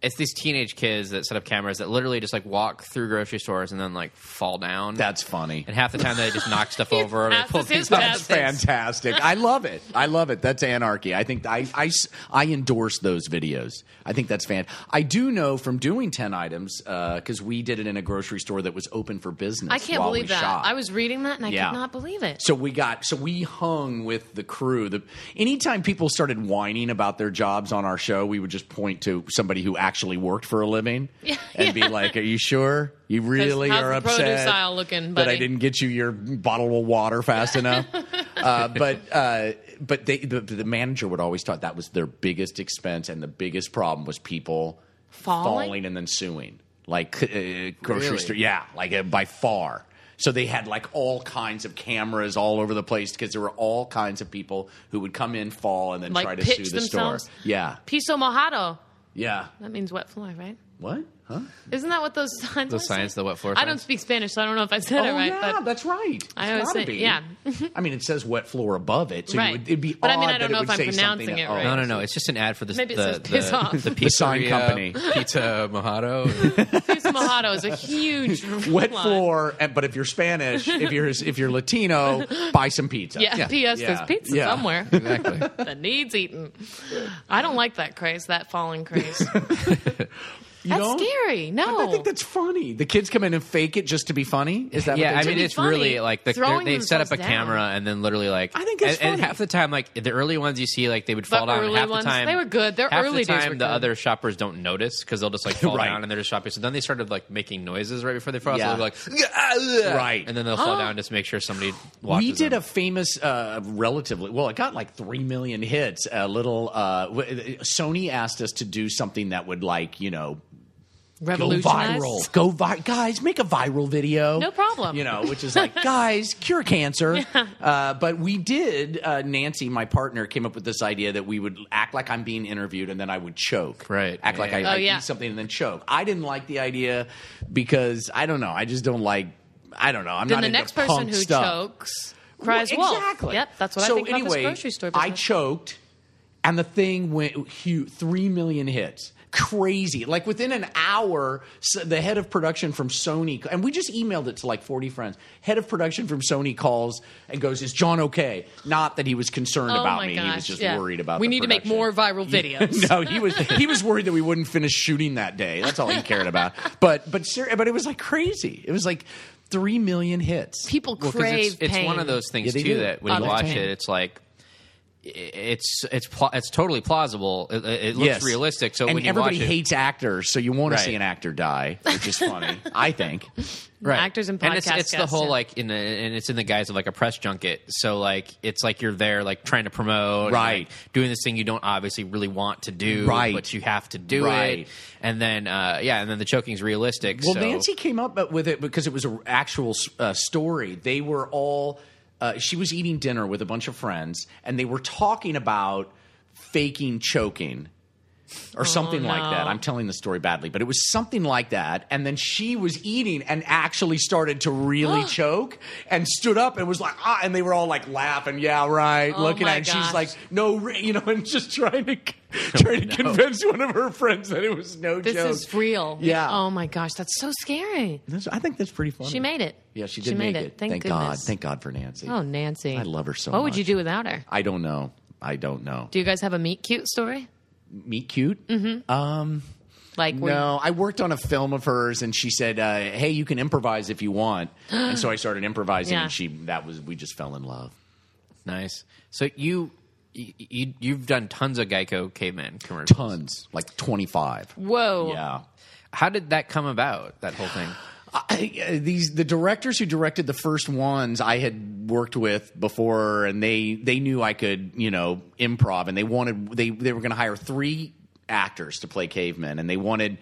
A: it's these teenage kids that set up cameras that literally just like walk through grocery stores and then like fall down.
C: that's funny.
A: and half the time they just knock stuff over and they
B: passes
A: pull
B: his
A: things
B: test.
A: out.
C: That's fantastic. I love it. I love it. That's anarchy. I think I, I s- I endorse those videos. I think that's fan. I do know from doing 10 items, because we did it in a grocery store that was open for business.
B: I can't
C: while we
B: believe that.
C: shopped.
B: I was reading that and I
C: Yeah.
B: could not believe it.
C: So we got so we hung with the crew. The anytime people started whining about their jobs on our show, we would just point to somebody who actually worked for a living
B: Yeah,
C: and be like, "Are you sure? You really
B: how's
C: are
B: the
C: upset
B: produce aisle looking,
C: that I
B: buddy?"
C: didn't get you your bottle of water fast enough." uh, but uh, but they, the, the manager would always thought that was their biggest expense and the biggest problem was people
B: Falling?
C: and then suing like uh, grocery
A: Really?
C: store. Yeah, like uh, by far. So they had like all kinds of cameras all over the place because there were all kinds of people who would come in, fall, and then
B: Like
C: try to
B: pitch
C: sue the
B: themselves?
C: store. Yeah,
B: Piso mojado.
C: yeah.
B: That means wet floor, right?
C: What? Huh?
B: Isn't that what those signs?
A: Those
B: are?
A: signs, the wet floor
B: I don't
A: signs?
B: speak Spanish, so I don't know if I said it
C: oh
B: right.
C: yeah,
B: but
C: that's right.
B: I always
C: It's gotta
B: say-
C: be.
B: yeah.
C: I mean, it says wet floor above it, so
B: Right.
C: you would, it'd be
B: But I
C: odd
B: mean, I don't
C: that
B: know
C: it
B: if
C: would
B: I'm
C: say something
B: pronouncing it
C: else.
B: right.
A: No, no, no. It's just an ad for this.
B: Maybe it
A: the,
B: says
A: the,
B: piss off.
A: The,
C: The sign
A: pizzeria,
C: company.
A: Pizza Mojado.
B: piso mojado is a huge
C: Wet
B: line.
C: floor, and, but if you're Spanish, if you're if you're Latino, buy some pizza.
B: Yeah, P.S.
C: Yeah.
B: There's pizza
C: Yeah.
B: somewhere
A: exactly.
B: that needs eaten. I don't like that craze, that falling craze.
C: You
B: That's
C: don't?
B: scary. No,
C: I think that's funny. The kids come in and fake it just to be funny. Is that
A: yeah,
C: What
A: I
C: they do?
A: mean,
B: be
A: it's
B: funny,
A: really like the,
B: throwing
A: they set up a
B: themselves down.
A: camera and then literally like.
C: I think it's
A: and, and
C: funny.
A: half the time, like the early ones you see, like they would
B: The
A: fall down. and
B: early
A: half
B: ones,
A: the time,
B: they were good. Their
A: half
B: early
A: the
B: days
A: time,
B: were
A: the
B: good.
A: other shoppers don't notice because they'll just like fall
C: Right.
A: down and they're just shopping. So then they started like making noises right before they fall.
C: Yeah.
A: So they'll be like,
C: Right.
A: and then they'll fall down just to make sure somebody. Watches
C: we did
A: them.
C: a famous, uh, relatively well. It got like three million hits. A little uh, w- Sony asked us to do something that would like you know go
B: revolutionize.
C: viral. Go vi- guys, make a viral video.
B: No problem.
C: You know, which is like, guys, cure cancer. Uh, but we did. Uh, Nancy, my partner, came up with this idea that we would act like I'm being interviewed, and then I would choke.
A: Right.
C: Act like I,
A: Yeah.
B: Oh,
C: I
B: yeah.
C: eat something and then choke. I didn't like the idea because I don't know. I just don't like. I don't know. I'm
B: Then
C: not
B: the
C: into
B: next person
C: punk
B: who
C: stuff.
B: chokes cries
C: Well,
B: wolf.
C: Exactly.
B: Yep, that's what
C: so
B: I think
C: anyway,
B: about this grocery store
C: I
B: business.
C: choked, and the thing went huge, three million hits. Crazy. Like within an hour, so the head of production from Sony, and we just emailed it to like 40 friends. Head of production from Sony calls and goes, Is John okay? Not that he was concerned
B: oh
C: about
B: my
C: me.
B: gosh.
C: He was just
B: yeah.
C: worried about
B: We
C: the
B: need to make
C: production.
B: more viral videos.
C: No, he was he was worried that we wouldn't finish shooting that day. That's all he cared about. But but ser- but it was like crazy. It was like three million hits.
B: People
A: 'cause
B: crave
A: it's, it's
B: pain.
A: one of those
C: Yeah,
A: things
C: they
A: too
C: do.
A: that when you
B: Love
A: watch
B: pain.
A: it, it's like i- it's it's pla- it's totally plausible. It, it looks
C: Yes.
A: realistic. So
C: and
A: when you
C: everybody
A: watch it,
C: hates actors, so you want
A: Right.
C: to see an actor die, which is funny. I think.
A: right.
B: actors and
A: it's,
B: podcast
A: it's the
B: guests,
A: whole
B: yeah.
A: like in the, and it's in the guise of like a press junket. So like it's like you're there like trying to promote, and,
C: Right.
A: like, doing this thing you don't obviously really want to do,
C: Right.
A: But you have to do
C: Right.
A: it. And then uh, yeah, and then the choking's realistic.
C: Well,
A: so-
C: Nancy came up with it because it was an actual uh, story. They were all. Uh, she was eating dinner with a bunch of friends, and they were talking about faking choking. or something like
B: Oh, no.
C: that. I'm telling the story badly, but it was something like that. And then she was eating and actually started to really choke and stood up and was like, ah, and they were all like laughing, yeah, right,
B: Oh
C: looking
B: my
C: at it. And
B: gosh.
C: she's like, no, re-" you know, and just trying to trying to convince one of her friends that it was no
B: This
C: joke.
B: is real.
C: Yeah.
B: Oh my gosh, that's so scary.
C: This- I think that's pretty funny.
B: She made it.
C: Yeah, she did
B: made
C: make it.
B: Thank,
C: God.
B: goodness.
C: Thank God for Nancy.
B: Oh, Nancy.
C: I love her so
B: What would you
C: much.
B: do without her?
C: I don't know. I don't know.
B: Do you guys have a meet cute story?
C: Meet cute?
B: Like where you-
C: No, I worked on a film of hers, and she said, uh, "Hey, you can improvise if you want." and so I started improvising,
B: Yeah.
C: and she that was we just fell in love.
A: Nice. So you, you, you you've done tons of Geico caveman commercials.
C: Tons, like twenty five.
B: Whoa.
C: Yeah.
A: How did that come about? That whole thing.
C: I, uh, these the directors who directed the first ones I had worked with before, and they they knew I could you know improv, and they wanted they they were going to hire three actors to play cavemen, and they wanted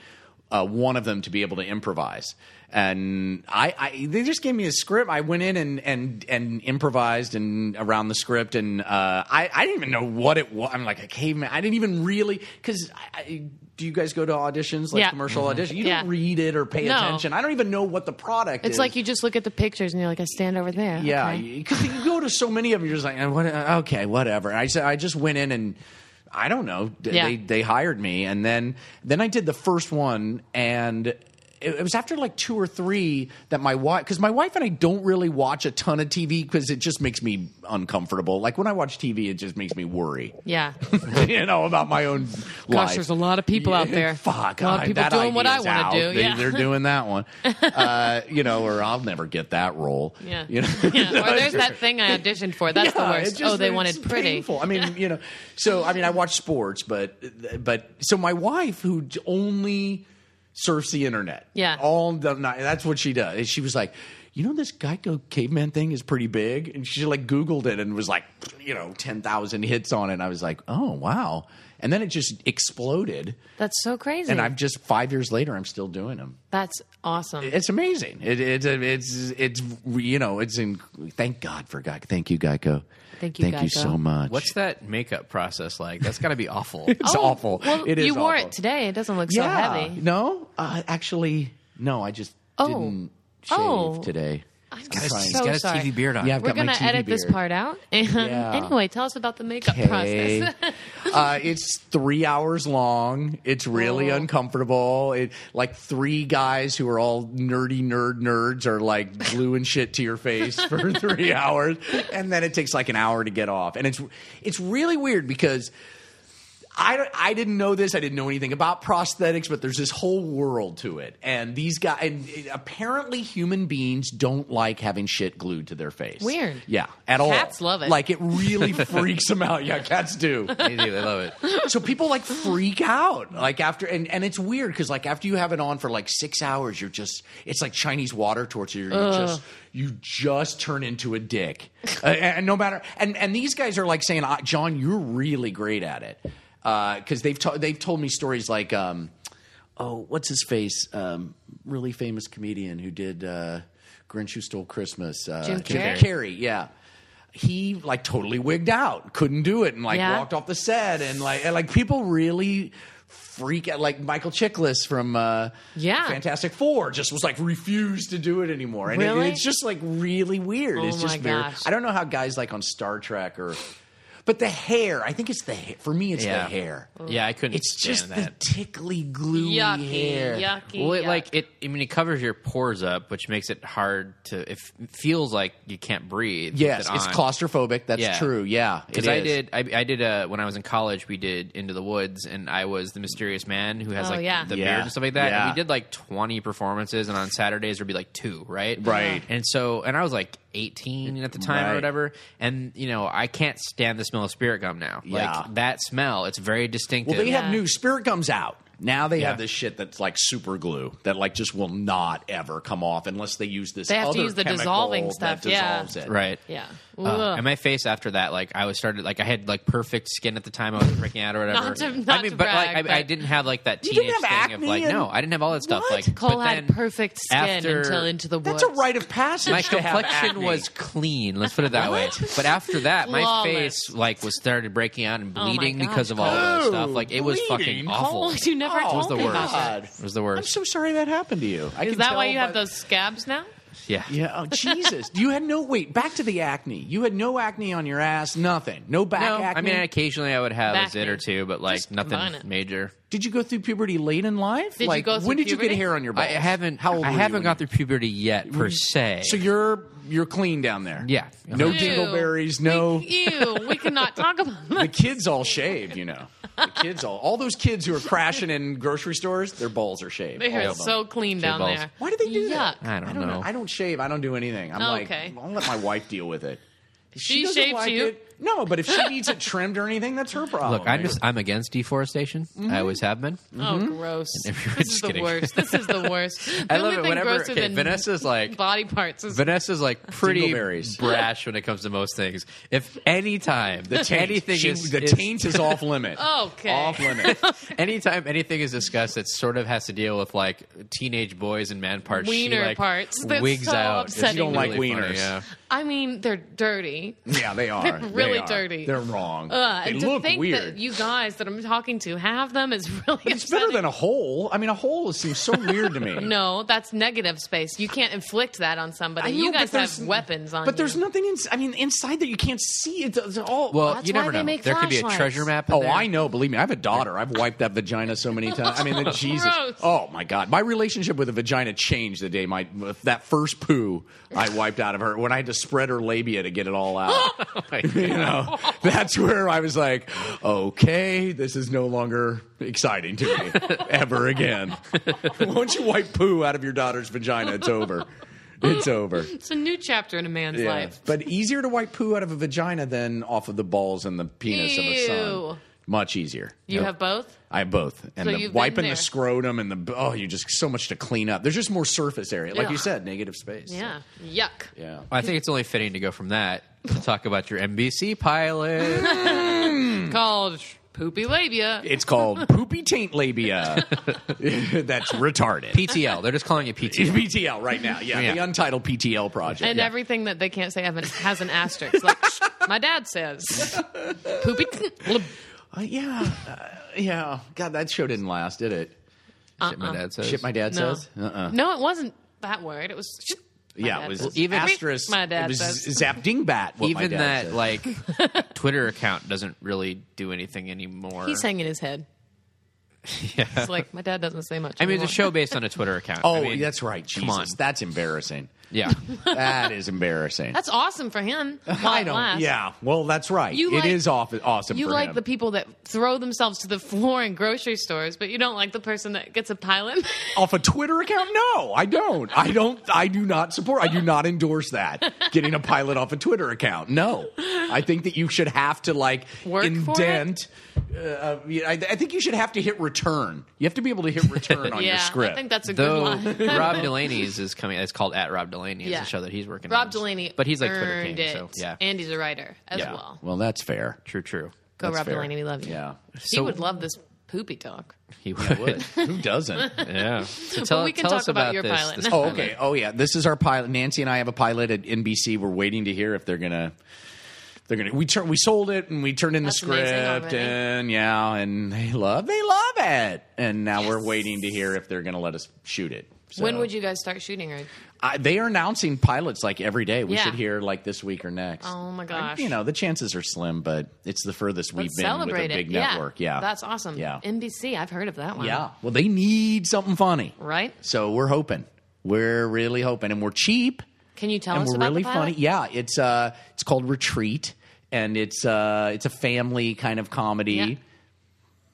C: uh, one of them to be able to improvise. And I, I they just gave me a script. I went in and and and improvised and around the script, and uh, I I didn't even know what it was. I'm like a caveman. I didn't even really because. I, I, do you guys go to auditions like
B: Yeah.
C: commercial audition? You don't
B: Yeah.
C: read it or pay
B: No.
C: attention. I don't even know what the product is.
B: It's like you just look at the pictures and you're like, I stand over there.
C: Yeah,
B: Okay.
C: because you go to so many of them, you're just like, "Eh, what, uh, okay, whatever. And I said, I just went in and I don't know. D-
B: Yeah.
C: They they hired me, and then then I did the first one, and it, it was after like two or three that my wife, because my wife and I don't really watch a ton of TV because it just makes me uncomfortable. Like when I watch TV, it just makes me worry,
B: Yeah.
C: you know, about my own life.
B: Gosh, there's a lot of people out there.
C: Fuck,
B: a lot
C: I-
B: of people
C: that
B: doing what I
C: idea's out.
B: want to do.
C: They,
B: yeah.
C: They're doing that one, uh, you know, or I'll never get that role.
B: yeah.
C: you know?
B: yeah. Or there's that thing I auditioned for. That's the
C: Yeah,
B: worst.
C: it just-
B: oh, they
C: it's
B: wanted pretty.
C: painful. I mean, you know, so I mean, I watch sports, but but so my wife who j- only surfs the internet,
B: Yeah.
C: all the night. That's what she does. And she was like. You know this Geico caveman thing is pretty big, and she like Googled it and was like, you know, ten thousand hits on it. And I was like, oh wow! And then it just exploded,
B: That's so crazy.
C: and I'm just five years later, I'm still doing them.
B: That's awesome.
C: It's amazing. It, it's it's it's you know it's in. Thank God for Geico. Thank you, Geico.
B: Thank you,
C: Thank you
B: Geico.
C: so much.
A: What's that makeup process like? That's got to be awful.
C: It's
B: Oh,
C: awful.
B: Well,
C: it is
B: you wore
C: awful.
B: it today. It doesn't look
C: Yeah.
B: so heavy.
C: No, uh, actually, no. I just
B: Oh.
C: didn't shave
B: Oh.
C: today.
B: I'm
A: He's
C: Fine.
B: so
A: got his
B: sorry.
A: TV beard on.
C: Yeah, I've
B: We're
C: got my
B: gonna
C: TV
B: edit this
C: beard.
B: part out. And
C: Yeah.
B: Anyway, tell us about the makeup
C: Okay.
B: process.
C: uh, it's three hours long. It's really
B: Oh.
C: uncomfortable. It like three guys who are all nerdy nerd nerds are like gluing shit to your face for three hours, and then it takes like an hour to get off. And it's it's really weird because. I, don't- I didn't know this. I didn't know anything about prosthetics, but there's this whole world to it. And these guys, and it- apparently, human beings don't like having shit glued to their face.
B: Weird.
C: Yeah, at all.
B: Cats love it.
C: Like, it really freaks them out. Yeah, cats do
A: They do. They love it.
C: so people like freak out like after and, and it's weird because like after you have it on for like six hours you're just it's like chinese water torture you just you just turn into a dick Uh, and, and no matter and and these guys are like saying "Ah, john you're really great at it because they've to- they've told me stories like um oh what's his face um really famous comedian who did uh grinch who stole christmas uh
B: Jim Carrey?
C: Carrey, yeah he like totally wigged out couldn't do it and like
B: Yeah.
C: walked off off the set and like and like people really freak out like Michael Chiklis from uh
B: Yeah.
C: Fantastic Four just was like refused to do it anymore. And it-
B: Really?
C: it's just like really weird.
B: Oh
C: it's just
B: my
C: very
B: gosh.
C: I don't know how guys like on Star Trek or but the hair, I think it's the hair. For me it's
A: Yeah.
C: the hair.
A: Yeah, I couldn't.
C: It's just
A: stand that.
C: the tickly gluey
B: yucky,
C: hair.
B: yucky.
A: Well, it,
B: yuck.
A: like it. I mean, it covers your pores up, which makes it hard to. It f- feels like you can't breathe. with
C: Yes,
A: it
C: it's
A: on.
C: claustrophobic. That's
A: Yeah.
C: true. Yeah, it
A: Because
C: is.
A: I did, I, I did uh, when I was in college. We did Into the Woods, and I was the mysterious man who has
B: Oh,
A: like
B: yeah.
A: the
C: Yeah.
A: beard and stuff like that.
C: Yeah.
A: And we did like twenty performances, and on Saturdays there'd be like two, right?
C: Right.
A: And so, and I was like eighteen at the time
C: Right.
A: or whatever, and you know I can't stand the smell of spirit gum now.
C: Yeah.
A: Like that smell, it's very distinctive.
C: Well, they have
B: Yeah.
C: new spirit gums out. Now they
A: Yeah.
C: have this shit that's like super glue that like just will not ever come off unless they use this.
B: They have to
C: other
B: use the
C: chemical
B: dissolving
C: that
B: stuff, yeah.
C: dissolves it.
A: Right.
B: Yeah.
A: Uh,
B: Ugh.
A: and my face after that, like I was started, like I had like perfect skin at the time I was freaking out or whatever.
B: Not to- not
A: I mean,
B: to
A: but
B: brag,
A: like I,
B: but-
A: I didn't have like that
C: didn't
A: teenage thing
C: have
A: of
C: acne
A: like
C: and-
A: no, I didn't have all that stuff.
C: What?
A: Like
B: Cole
A: but
B: had
A: then
B: perfect skin
A: after-
B: until into the woods.
C: That's a rite of passage.
A: My
C: to have
A: complexion
C: acne.
A: was clean. Let's put it that way. But after that, my
B: Flawless.
A: face like was started breaking out and
B: Oh my
A: bleeding
B: gosh,
A: because of all that
C: Cole.
A: stuff. Like it was fucking
C: Bleeding?
A: awful.
B: Oh, you never
C: Oh, it was
B: told
A: the
B: me about
A: worst.
B: that.
C: God.
A: It was the
C: I'm
A: worst.
C: so sorry that happened to you. I
B: Is
C: can
B: that
C: tell
B: why you have
C: by-
B: those scabs now?
A: yeah.
C: Yeah. Oh, Jesus. you had no. Wait. Back to the acne. You had no acne on your ass. Nothing. No back
A: No, I
C: acne.
A: mean occasionally I would have
B: Back
A: a zit or
B: acne.
A: two, but like
B: Just combine it.
A: nothing major.
C: Did you go through puberty late in life?
B: Did you
C: like,
B: go through
C: when did you
B: puberty?
C: get hair on your
A: I
C: balls?
A: haven't.
C: How old
A: I
C: were you
A: haven't
C: when
A: got
C: you-
A: through puberty yet
B: Mm.
A: per se.
C: So you're you're clean down there.
A: Yeah.
C: No
A: Ew.
C: dingleberries. No.
B: Ew, we cannot talk about
C: The
B: that.
C: kids all shave, you know. The kids all all those kids who are crashing in grocery stores, their balls are shaved.
B: They
C: all
B: are
C: of them.
B: so clean down
A: balls.
B: there.
C: Why do they do that?
B: Yuck.
A: I don't, know.
C: I don't shave. I don't do anything. I'm
B: Oh, Okay.
C: like, I'll let my wife deal with it. If
B: She
C: doesn't
B: shaves you?
C: It, no, but if she needs it trimmed or anything, that's her problem.
A: Look, I'm just I'm against deforestation. I always have been.
B: Oh, gross.
A: everyone's
B: This is the
A: kidding.
B: worst. This is the worst.
A: I
B: The
A: love
B: only
A: it
B: thing
A: whenever
B: grosser
A: okay,
B: than
A: Vanessa's like
B: body parts is
A: Vanessa's like pretty
C: Dingleberries.
A: brash when it comes to most things. If any time
C: the taint.
A: anything
C: She-
A: is
C: the
A: is-
C: taint is off limit.
B: Okay.
C: off limit.
A: anytime anything is discussed that sort of has to deal with like teenage boys and man parts, she,
B: Wiener
A: like,
B: parts. That's
A: wigs
B: so
A: out. It's
B: upsetting. You don't Oh,
C: like
A: really funny,
C: wieners.
A: yeah.
B: I mean, they're dirty.
C: Yeah, they are. They
B: really
C: are.
B: dirty.
C: They're wrong.
B: Uh,
C: they
B: and to
C: look
B: think
C: weird.
B: that you guys that I'm talking to have them is really
C: But it's better
B: upsetting.
C: than a hole. I mean, a hole seems so weird to me.
B: No, that's negative space. You can't inflict that on somebody.
C: I know,
B: you
C: but
B: guys
C: there's-
B: have weapons on
C: But
B: you.
C: there's nothing. In, I mean, inside that you can't see. It's, it's all.
A: Well,
B: That's
A: you never
B: why they
A: know.
B: make
A: there could be a
B: flashlights.
A: treasure map. in
C: Oh,
A: there.
C: I know. Believe me, I have a daughter. I've wiped that vagina so many times. I mean, the Jesus.
B: Gross.
C: Oh my God, my relationship with the vagina changed the day my that first poo I wiped out of her when I had to spread her labia to get it all out.
A: my
C: you know, that's where I was like, okay, this is no longer exciting to me ever again. Once you wipe poo out of your daughter's vagina, it's over. It's over.
B: it's a new chapter in a man's
C: Yeah.
B: life.
C: But easier to wipe poo out of a vagina than off of the balls and the penis of a son.
B: Ew.
C: Much easier.
B: You have both?
C: I have both, and
B: So
C: the
B: you've been
C: wiping
B: there.
C: the scrotum and the oh, you just so much to clean up. There's just more surface area, like you
B: Ugh.
C: said, negative space.
B: Yeah. Yuck.
C: yeah.
A: I think it's only fitting to go from that to talk about your NBC pilot.
B: Called poopy labia.
C: It's called poopy taint labia. That's retarded.
A: PTL. They're just calling it PTL.
C: PTL right now. Yeah, the
A: Yeah.
C: untitled PTL project.
B: and uh, everything that they can't say have an, has an asterisk. Like my dad says, poopy.
C: Uh, yeah, uh, yeah. God, that show didn't last, did it?
B: Uh-uh.
A: Shit, my dad says.
C: Shit, my dad
B: No,
C: says. Uh-uh.
B: no, it wasn't that word. It was. My
C: Yeah,
B: dad
C: it was
B: says.
A: even-
C: asterisk.
B: My dad
C: it was
B: says.
C: zapdingbat. What my
A: even
C: dad
A: that
C: says.
A: like Twitter account doesn't really do anything anymore.
B: He's hanging his head. It's like my dad doesn't say much.
A: I mean, it's a
B: anymore.
A: show based on a Twitter account.
C: Oh,
A: I mean,
C: that's right. Jesus,
A: come on.
C: that's embarrassing.
A: yeah.
C: That is embarrassing.
B: That's awesome for him. While
C: I
B: it
C: don't.
B: lasts.
C: Yeah. Well, that's right.
B: You
C: it
B: like-
C: is off, awesome.
B: You
C: for
B: like
C: him.
B: the people that throw themselves to the floor in grocery stores, but you don't like the person that gets a pilot.
C: off a Twitter account? No, I don't. I don't. I do not support. I do not endorse that. Getting a pilot off a Twitter account? No. I think that you should have to like
B: Work for
C: indent. Uh, uh, I, I think you should have to hit return. You have to be able to hit return on your
B: yeah,
C: script.
B: I think that's a
A: Though
B: good line.
A: Rob Delaney's is coming. It's called at Rob Delaney. It's
B: Yeah.
A: a show that he's working.
B: Rob
A: on.
B: Delaney,
A: but he's like Twitter
B: earned
A: king.
B: it,
A: So yeah,
B: and he's a writer as
C: yeah.
B: well.
C: that's fair.
A: true, true.
B: Go,
C: That's
B: Rob
C: fair.
B: Delaney. We love you.
C: Yeah.
B: He
A: So-
B: would love this poopy talk.
A: He would.
C: Who doesn't?
A: yeah. So tell,
B: we can
A: tell
B: talk
A: us
B: about
A: about
B: your
A: this,
B: pilot
A: this
B: now.
C: Oh, okay. Oh, yeah. This is our pilot. Nancy and I have a pilot at NBC. We're waiting to hear if they're gonna. They're gonna. We turn. We sold it, and we turned in the
B: That's amazing
C: script,
B: already.
C: and yeah, and they love. They love it, and now we're waiting to hear if they're gonna let us shoot it. So-
B: When would you guys start shooting her?
C: I, they are announcing pilots like every day. We
B: Yeah.
C: should hear like this week or next.
B: Oh my gosh.
C: You know the chances are slim, but it's the furthest we've
B: Let's
C: been
B: celebrate
C: with a big
B: it.
C: network. Yeah.
B: That's awesome.
C: Yeah.
B: NBC, I've heard of that one.
C: Yeah. Well, they need something funny,
B: Right?
C: So we're hoping. We're really hoping, and we're cheap.
B: Can you tell
C: and
B: us
C: we're
B: about
C: really
B: the pilot?
C: funny. Yeah, it's uh, it's called Retreat, and it's uh, it's a family kind of comedy.
B: Yeah.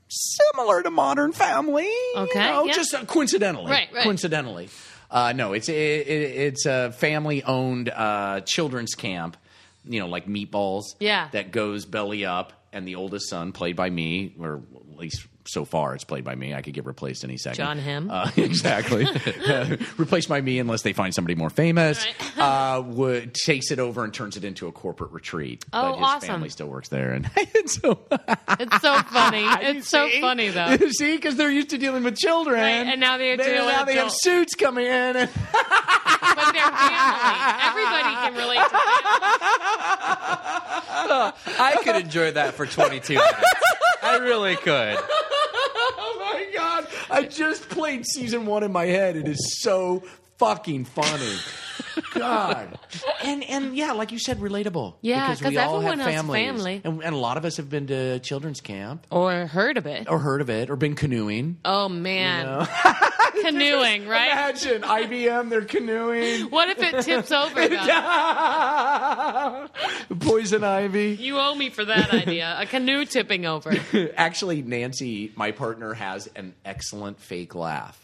C: Similar to Modern Family,
B: Okay,
C: You know,
B: yeah.
C: just uh, coincidentally,
B: Right, right.
C: coincidentally. Uh, no, it's it, it, it's a family-owned uh, children's camp. You know, like meatballs.
B: Yeah.
C: that goes belly up. and the oldest son, played by me, or at least so far, it's played by me. I could get replaced any second.
B: John Hamm?
C: Uh, exactly. Uh, replaced by me unless they find somebody more famous. uh, would takes it over and turns it into a corporate retreat.
B: Oh,
C: but his
B: awesome.
C: Family still works there, and it's so
B: It's so funny. It's so
C: See?
B: funny though.
C: See, because they're used to dealing with children,
B: Right, and now they're
C: Maybe
B: dealing
C: now
B: with
C: they have
B: adults.
C: suits coming in.
B: But
C: And-
B: they're family. Everybody can relate to family.
A: I could enjoy that for 22 minutes. I really could.
C: Oh my god! I just played season one in my head. It is so fucking funny. God, and and yeah, like you said, relatable.
B: Yeah,
C: because
B: 'cause
C: we all have
B: everyone has a
C: families,
B: family.
C: And, and a lot of us have been to children's camp
B: Or heard of it.
C: or heard of it or been canoeing.
B: Oh man. Canoeing, right?
C: Imagine IBM, they're canoeing.
B: What if it tips over though?
C: Poison ivy.
B: You owe me for that idea. A canoe tipping over.
C: Actually, Nancy, my partner, has an excellent fake laugh.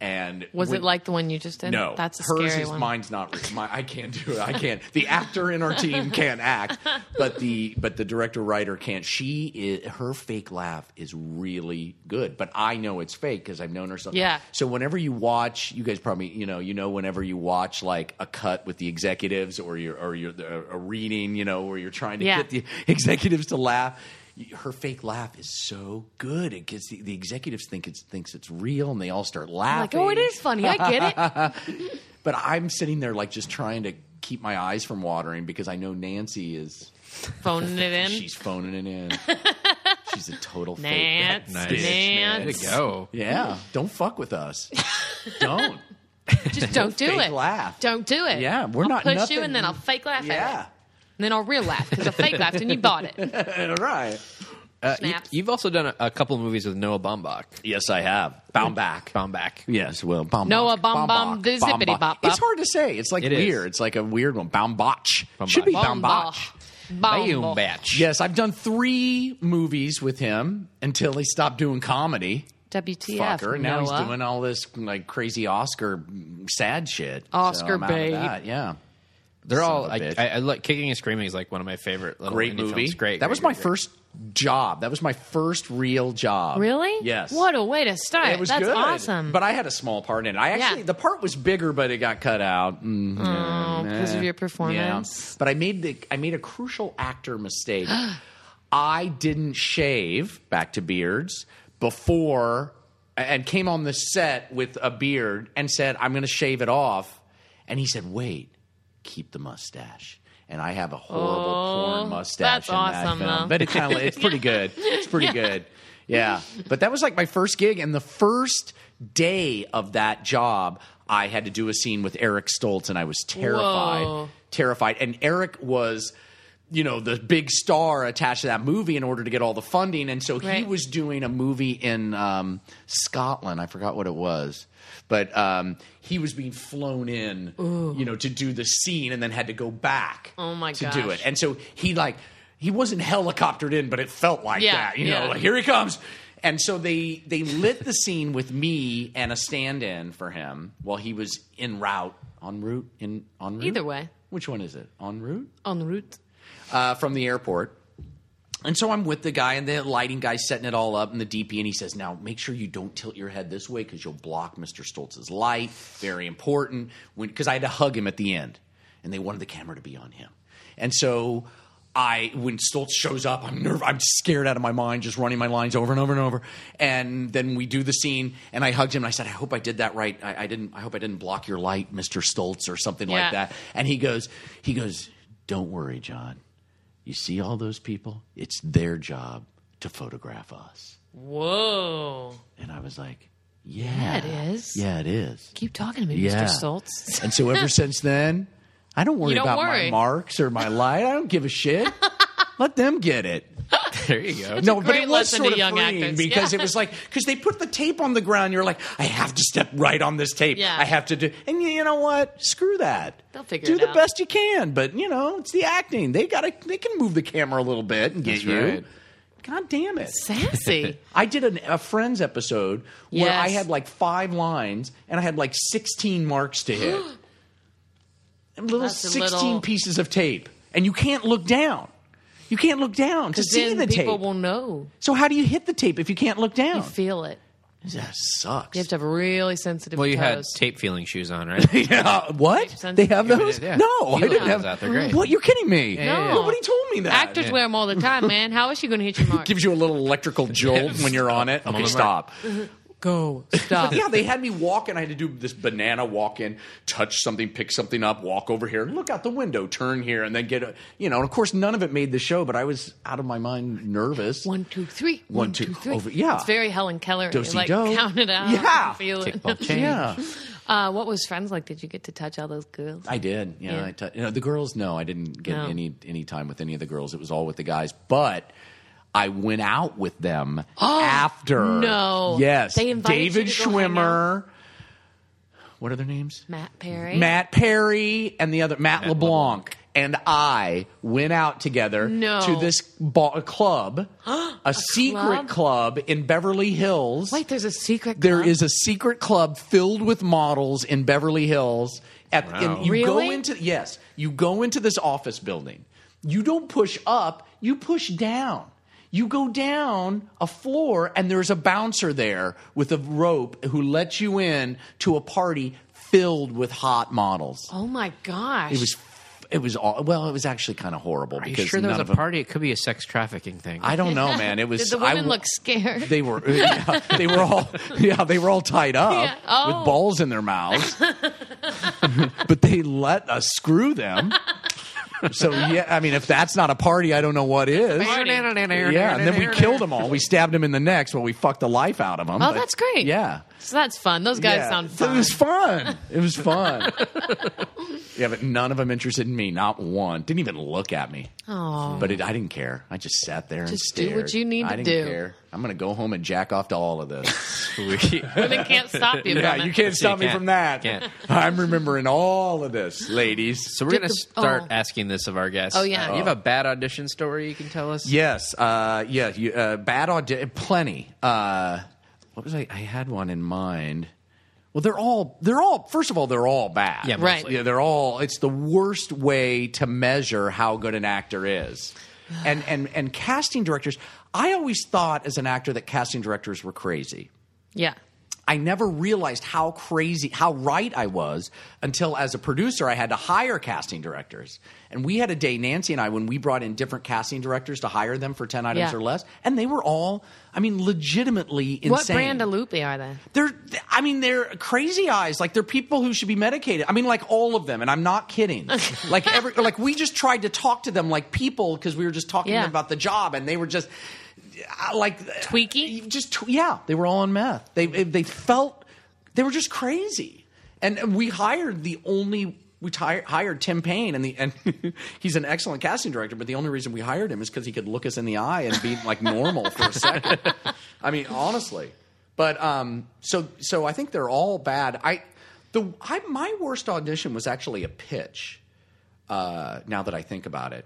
C: And
B: Was
C: when-
B: it like the one you just did?
C: No,
B: That's a
C: hers
B: scary
C: is
B: one.
C: mine's not. re- My, I can't do it. I can't. The actor in our team can't act, but the but the director writer can't. She is, her fake laugh is really good, but I know it's fake because I've known her so.
B: Yeah.
C: So whenever you watch, you guys probably you know you know whenever you watch like a cut with the executives or your or your a reading you know where you're trying to
B: Yeah.
C: get the executives to laugh. Her fake laugh is so good; it gets the, the executives think it's thinks it's real, and they all start
B: Like,
C: laughing
B: oh, it is funny. I get it.
C: but I'm sitting there like just trying to keep my eyes from watering because I know Nancy is
B: Phoning it in.
C: she's phoning it in. she's a total fake.
B: Nance.
A: Nice. Way
B: Nance.
A: to go.
C: Yeah, don't fuck with us. don't.
B: Just don't do
C: Fake
B: it.
C: laugh.
B: Don't do it.
C: Yeah, we're
B: I'll
C: not
B: push
C: nothing.
B: you and then I'll fake laugh at it.
C: Yeah.
B: And then I'll real laugh because I fake laughed and you bought it.
C: All right.
A: Uh,
B: Snaps.
A: you, have also done a, a couple of movies with Noah Baumbach.
C: Yes, I have. Bound back.
A: Baumbach.
C: Yes, well, bomb.
B: Noah Baumbach, the zippity bop bop.
C: It's hard to say. It's like
A: It is.
C: weird. It's like a weird one. Baumbach.
A: Baumbach.
C: Should be
B: Bomb
C: Baumbach.
A: Baumbach.
B: Bomb
C: Yes, I've done three movies with him until he stopped doing comedy.
B: WTF.
C: fucker. and Now he's
B: Noah.
C: doing all this like crazy Oscar mm, sad shit. So
B: Oscar
C: I'm out of
B: bait.
C: that, Yeah.
A: They're
C: Son
A: all.
C: of a
A: I,
C: bitch.
A: I, I like kicking and screaming is like one of my favorite. Little
C: Great
A: indie
C: movie.
A: Films. Great.
C: That
A: great,
C: was my
A: great, great.
C: first job. That was my first real job.
B: Really?
C: Yes.
B: What a way to start.
C: It was
B: That's
C: good.
B: awesome.
C: But I had a small part in it. I actually
B: Yeah.
C: the part was bigger, but it got cut out. Mm, yeah,
B: Oh, because of
C: nah.
B: your
C: Yeah.
B: performance.
C: But I made the I made a crucial actor mistake. I didn't shave back to beards before and came on the set with a beard and said, I'm gonna shave it off. And he said, Wait, keep the mustache. And I have a horrible porn
B: Oh, that's
C: mustache. in that
B: awesome,
C: film.
B: though.
C: But it kind of it's pretty good. It's pretty good. Yeah. But that was like my first gig and the first day of that job, I had to do a scene with Eric Stoltz and I was terrified.
B: Whoa.
C: Terrified. And Eric was you know the big star attached to that movie in order to get all the funding and so he
B: Right.
C: was doing a movie in um, scotland i forgot what it was but um, he was being flown in you know to do the scene and then had to go back
B: Oh my
C: to do
B: gosh.
C: it and so he like he wasn't helicoptered in, but it felt like
B: Yeah,
C: that. You
B: yeah.
C: know, like here he comes. And so they they lit the scene with me and a stand-in for him while he was en route, en route, in en route.
B: Either way.
C: Which one is it? En route
B: En route.
C: uh, from the airport. And so I'm with the guy, and the lighting guy's setting it all up, and the DP, and he says, "Now make sure you don't tilt your head this way because you'll block Mr. Stoltz's light. Very important." Because I had to hug him at the end, and they wanted the camera to be on him. And so I, when Stoltz shows up, I'm nervous. I'm scared out of my mind, just running my lines over and over and over. And then we do the scene, and I hugged him, and I said, "I hope I did that right. I, I didn't. I hope I didn't block your light, Mr. Stoltz, or something
B: Yeah.
C: like that." And he goes, "He goes, don't worry, John." You see all those people? It's their job to photograph us.
B: Whoa.
C: And I was like, yeah.
B: it is.
C: Yeah, it is.
B: Keep talking to me,
C: Yeah.
B: Mr. Stoltz.
C: And so ever since then, I don't worry
B: You don't
C: about
B: worry.
C: my marks or my light. I don't give a shit. Let them get it.
A: There you go.
C: no, but
B: great
C: it was
B: lesson
C: sort
B: to
C: of
B: young
C: freeing
B: actors.
C: because
B: Yeah.
C: it was like because they put the tape on the ground. You're like, I have to step right on this tape.
B: Yeah.
C: I have to do. And you, you know what? Screw that.
B: They'll figure
C: do
B: it
C: the
B: out.
C: best you can. But you know, it's the acting. They gotta. They can move the camera a little bit and get
A: That's
C: you.
A: right.
C: God damn it.
B: Sassy.
C: I did an, a Friends episode where
B: Yes.
C: I had like five lines and I had like 16 marks to hit. And little
B: That's a
C: 16
B: little-
C: pieces of tape. And you can't look down. You can't look down to see
B: then
C: the
B: people
C: tape. Oh.
B: will know.
C: So how do you hit the tape if you can't look
B: You
C: down?
B: feel it.
C: that sucks.
B: You have to have really sensitive
A: Well, you had
B: toes.
A: tape feeling shoes on, right?
C: yeah, what?
B: Sensitive.
C: They have
A: Yeah,
C: those?
A: yeah.
C: No, I
A: Feel
C: didn't
A: it
C: have
A: out. They're great.
C: What? You're kidding me?
A: yeah, yeah.
C: Nobody told me that.
B: Actors wear them all the time, man. How is she going to hit your mark?
C: Gives you a little electrical jolt when you're on it. Okay,
A: the
C: stop.
B: Go. Stop.
C: yeah, they had me walk, and I had to do this banana walk in, touch something, pick something up, walk over here, look out the window, turn here, and then get a, you know. And of course, none of it made the show, but I was out of my mind nervous.
B: One, two, three.
C: One,
B: One, two,
C: two,
B: three.
C: over- yeah.
B: It's very Helen Keller. You, like
C: Do-si-do.
B: count it out.
C: Yeah.
B: and Feel it.
A: Kickball chain.
C: Yeah,
B: Uh, what was Friends like? Did you get to touch all those girls?
C: I did. Yeah,
B: Yeah.
C: I t- you know, the girls. No, I didn't get
B: No.
C: any any time with any of the girls. It was all with the guys, but. I went out with them after.
B: no.
C: Yes.
B: They invited you
C: David
B: to go hang
C: Schwimmer. What are their names?
B: Matt Perry.
C: Matt Perry and the other Matt, LeBlanc, and I went out together
B: No.
C: to this ba- club, a, secret
B: club?
C: club in Beverly Hills.
B: Wait, there's a secret.
C: There
B: club?
C: is a secret club filled with models in Beverly Hills. At and you go
B: Really?
C: into yes, you go into this office building. You don't push up, you push down. You go down a floor and there's a bouncer there with a rope who lets you in to a party filled with hot models.
B: Oh my gosh.
C: It was it was all, well, it was actually kind of horrible
A: Are you
C: because
A: sure there was a
C: none of them-
A: party? It could be a sex trafficking thing.
C: I don't know, man. It was
B: Did the
C: I
B: women
C: w-
B: look scared?
C: they were yeah, they were all yeah they were all tied up
B: Yeah. Oh.
C: with balls in their mouths but they let us screw them so yeah i mean if that's not a party i don't know what is
B: Party.
C: yeah and then we killed them all we stabbed them in the necks while we fucked the life out of them
B: Oh, that's great.
C: yeah
B: so that's fun. Those guys
C: yeah.
B: sound
C: So
B: fun.
C: It was fun. It was fun. yeah, but none of them interested in me. Not one. Didn't even look at me.
B: Aw.
C: But it, I didn't care. I just sat there and
B: Just
C: stared.
B: do what you need
C: I
B: to
C: didn't
B: do.
C: Care. I'm gonna go home and jack off to all of this.
B: Women can't stop you.
C: Yeah,
B: from
C: you
B: it.
C: can't stop me
A: can't.
C: from that.
A: Can't.
C: I'm remembering all of this, ladies.
A: so we're
B: Did
A: going to
B: the-
A: start
B: oh.
A: asking this of our guests.
B: Oh, yeah.
A: Uh, you have a bad audition story you can tell us?
C: Yes, uh, yeah, you, uh, bad audition, plenty. Uh, what was I? I had one in mind. Well, they're all they're all. First of all, they're all bad.
A: Yeah,
B: Right. mostly.
C: Yeah, they're all. It's the worst way to measure how good an actor is. And and and casting directors. I always thought as an actor that casting directors were crazy.
B: Yeah.
C: I never realized how crazy, how right I was until as a producer, I had to hire casting directors. And we had a day, Nancy and I, when we brought in different casting directors to hire them for 10 items
B: Yeah.
C: or less. And they were all, I mean, legitimately insane.
B: What brand of loopy are they?
C: They're, I mean, they're crazy eyes. Like they're people who should be medicated. I mean, like all of them, and I'm not kidding. like every, like we just tried to talk to them like people because we were just talking to
B: Yeah.
C: them about the job, and they were just uh, like
B: Tweaky?
C: Just tw- yeah, they were all on meth. They they felt they were just crazy, and we hired the only. We ti- hired Tim Payne, and the and he's an excellent casting director. But the only reason we hired him is because he could look us in the eye and be like normal for a second. I mean, honestly. But um, so so I think they're all bad. I the I my worst audition was actually a pitch. Uh, now that I think about it,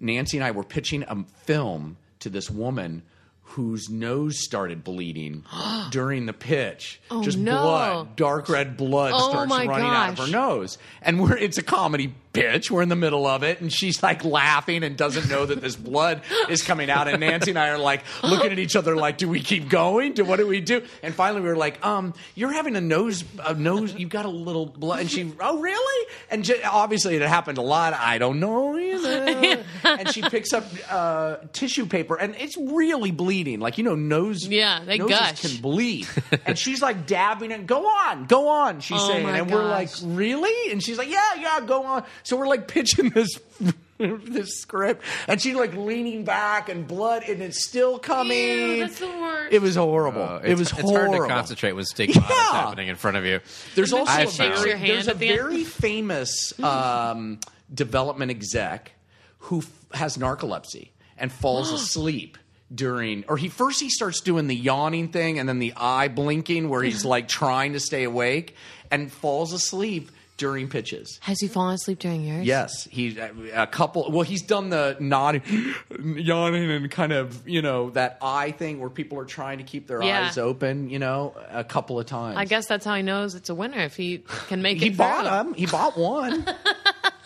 C: Nancy and I were pitching a film to this woman whose nose started bleeding during the pitch.
B: Oh,
C: Just
B: no.
C: blood, dark red blood
B: Oh,
C: starts
B: my
C: running out of her
B: gosh.
C: nose. And we're it's a comedy pitch. We're in the middle of it and she's like laughing and doesn't know that this blood is coming out and Nancy and I are like looking at each other like do we keep going? Do what do we do? And finally we were like um you're having a nose a nose you've got a little blood and she oh really? And j- obviously it happened a lot. I don't know either. and she picks up uh, tissue paper and it's really bleeding. Like you know nose
B: Yeah, they
C: noses
B: gush.
C: can bleed. and she's like dabbing and go on, go on, she's
B: Oh
C: saying.
B: my
C: And we're like,
B: gosh.
C: really? And she's like, yeah, yeah, go on. So we're like pitching this this script. And she's like leaning back and blood and it's still coming.
B: Ew, that's the worst.
C: It was horrible.
A: Uh,
C: it was
A: it's
C: horrible.
A: hard to concentrate when stigma is
C: Yeah.
A: happening in front of you.
C: There's
B: And then
C: also
B: she
C: a
A: shakes
C: very,
B: your hand
C: there's a
B: at the end.
C: very famous um, development exec who f- has narcolepsy and falls asleep during or he first he starts doing the yawning thing and then the eye blinking where he's like trying to stay awake and falls asleep during pitches.
B: Has he fallen asleep during yours?
C: Yes, he a couple. Well, he's done the nodding, yawning, and kind of you know that eye thing where people are trying to keep their
B: Yeah.
C: eyes open. You know, a couple of times.
B: I guess that's how he knows it's a winner if he can make
C: He
B: it.
C: bought
B: through.
C: them. He bought one.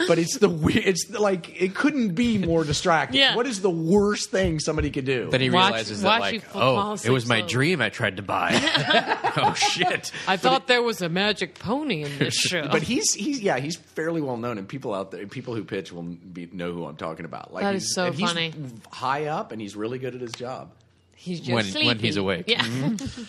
C: but it's the we- it's like it couldn't be more distracting.
B: Yeah.
C: What is the worst thing somebody could do?
A: Then he
B: Watch-
A: realizes that,
B: watch you
A: like,
B: fall- fall
A: oh, it
B: asleep
A: was my
B: slowly."
A: dream I tried to buy. oh, shit.
B: I thought there was a magic pony in this show.
C: but he's he's yeah he's fairly well known and people out there people who pitch will be, know who I'm talking about. Like
B: That
C: he's,
B: is so
C: and he's
B: funny.
C: high up and he's really good at his job.
B: he's just
A: When-
B: sleepy.
A: when he's awake.
B: Yeah.
C: Mm-hmm.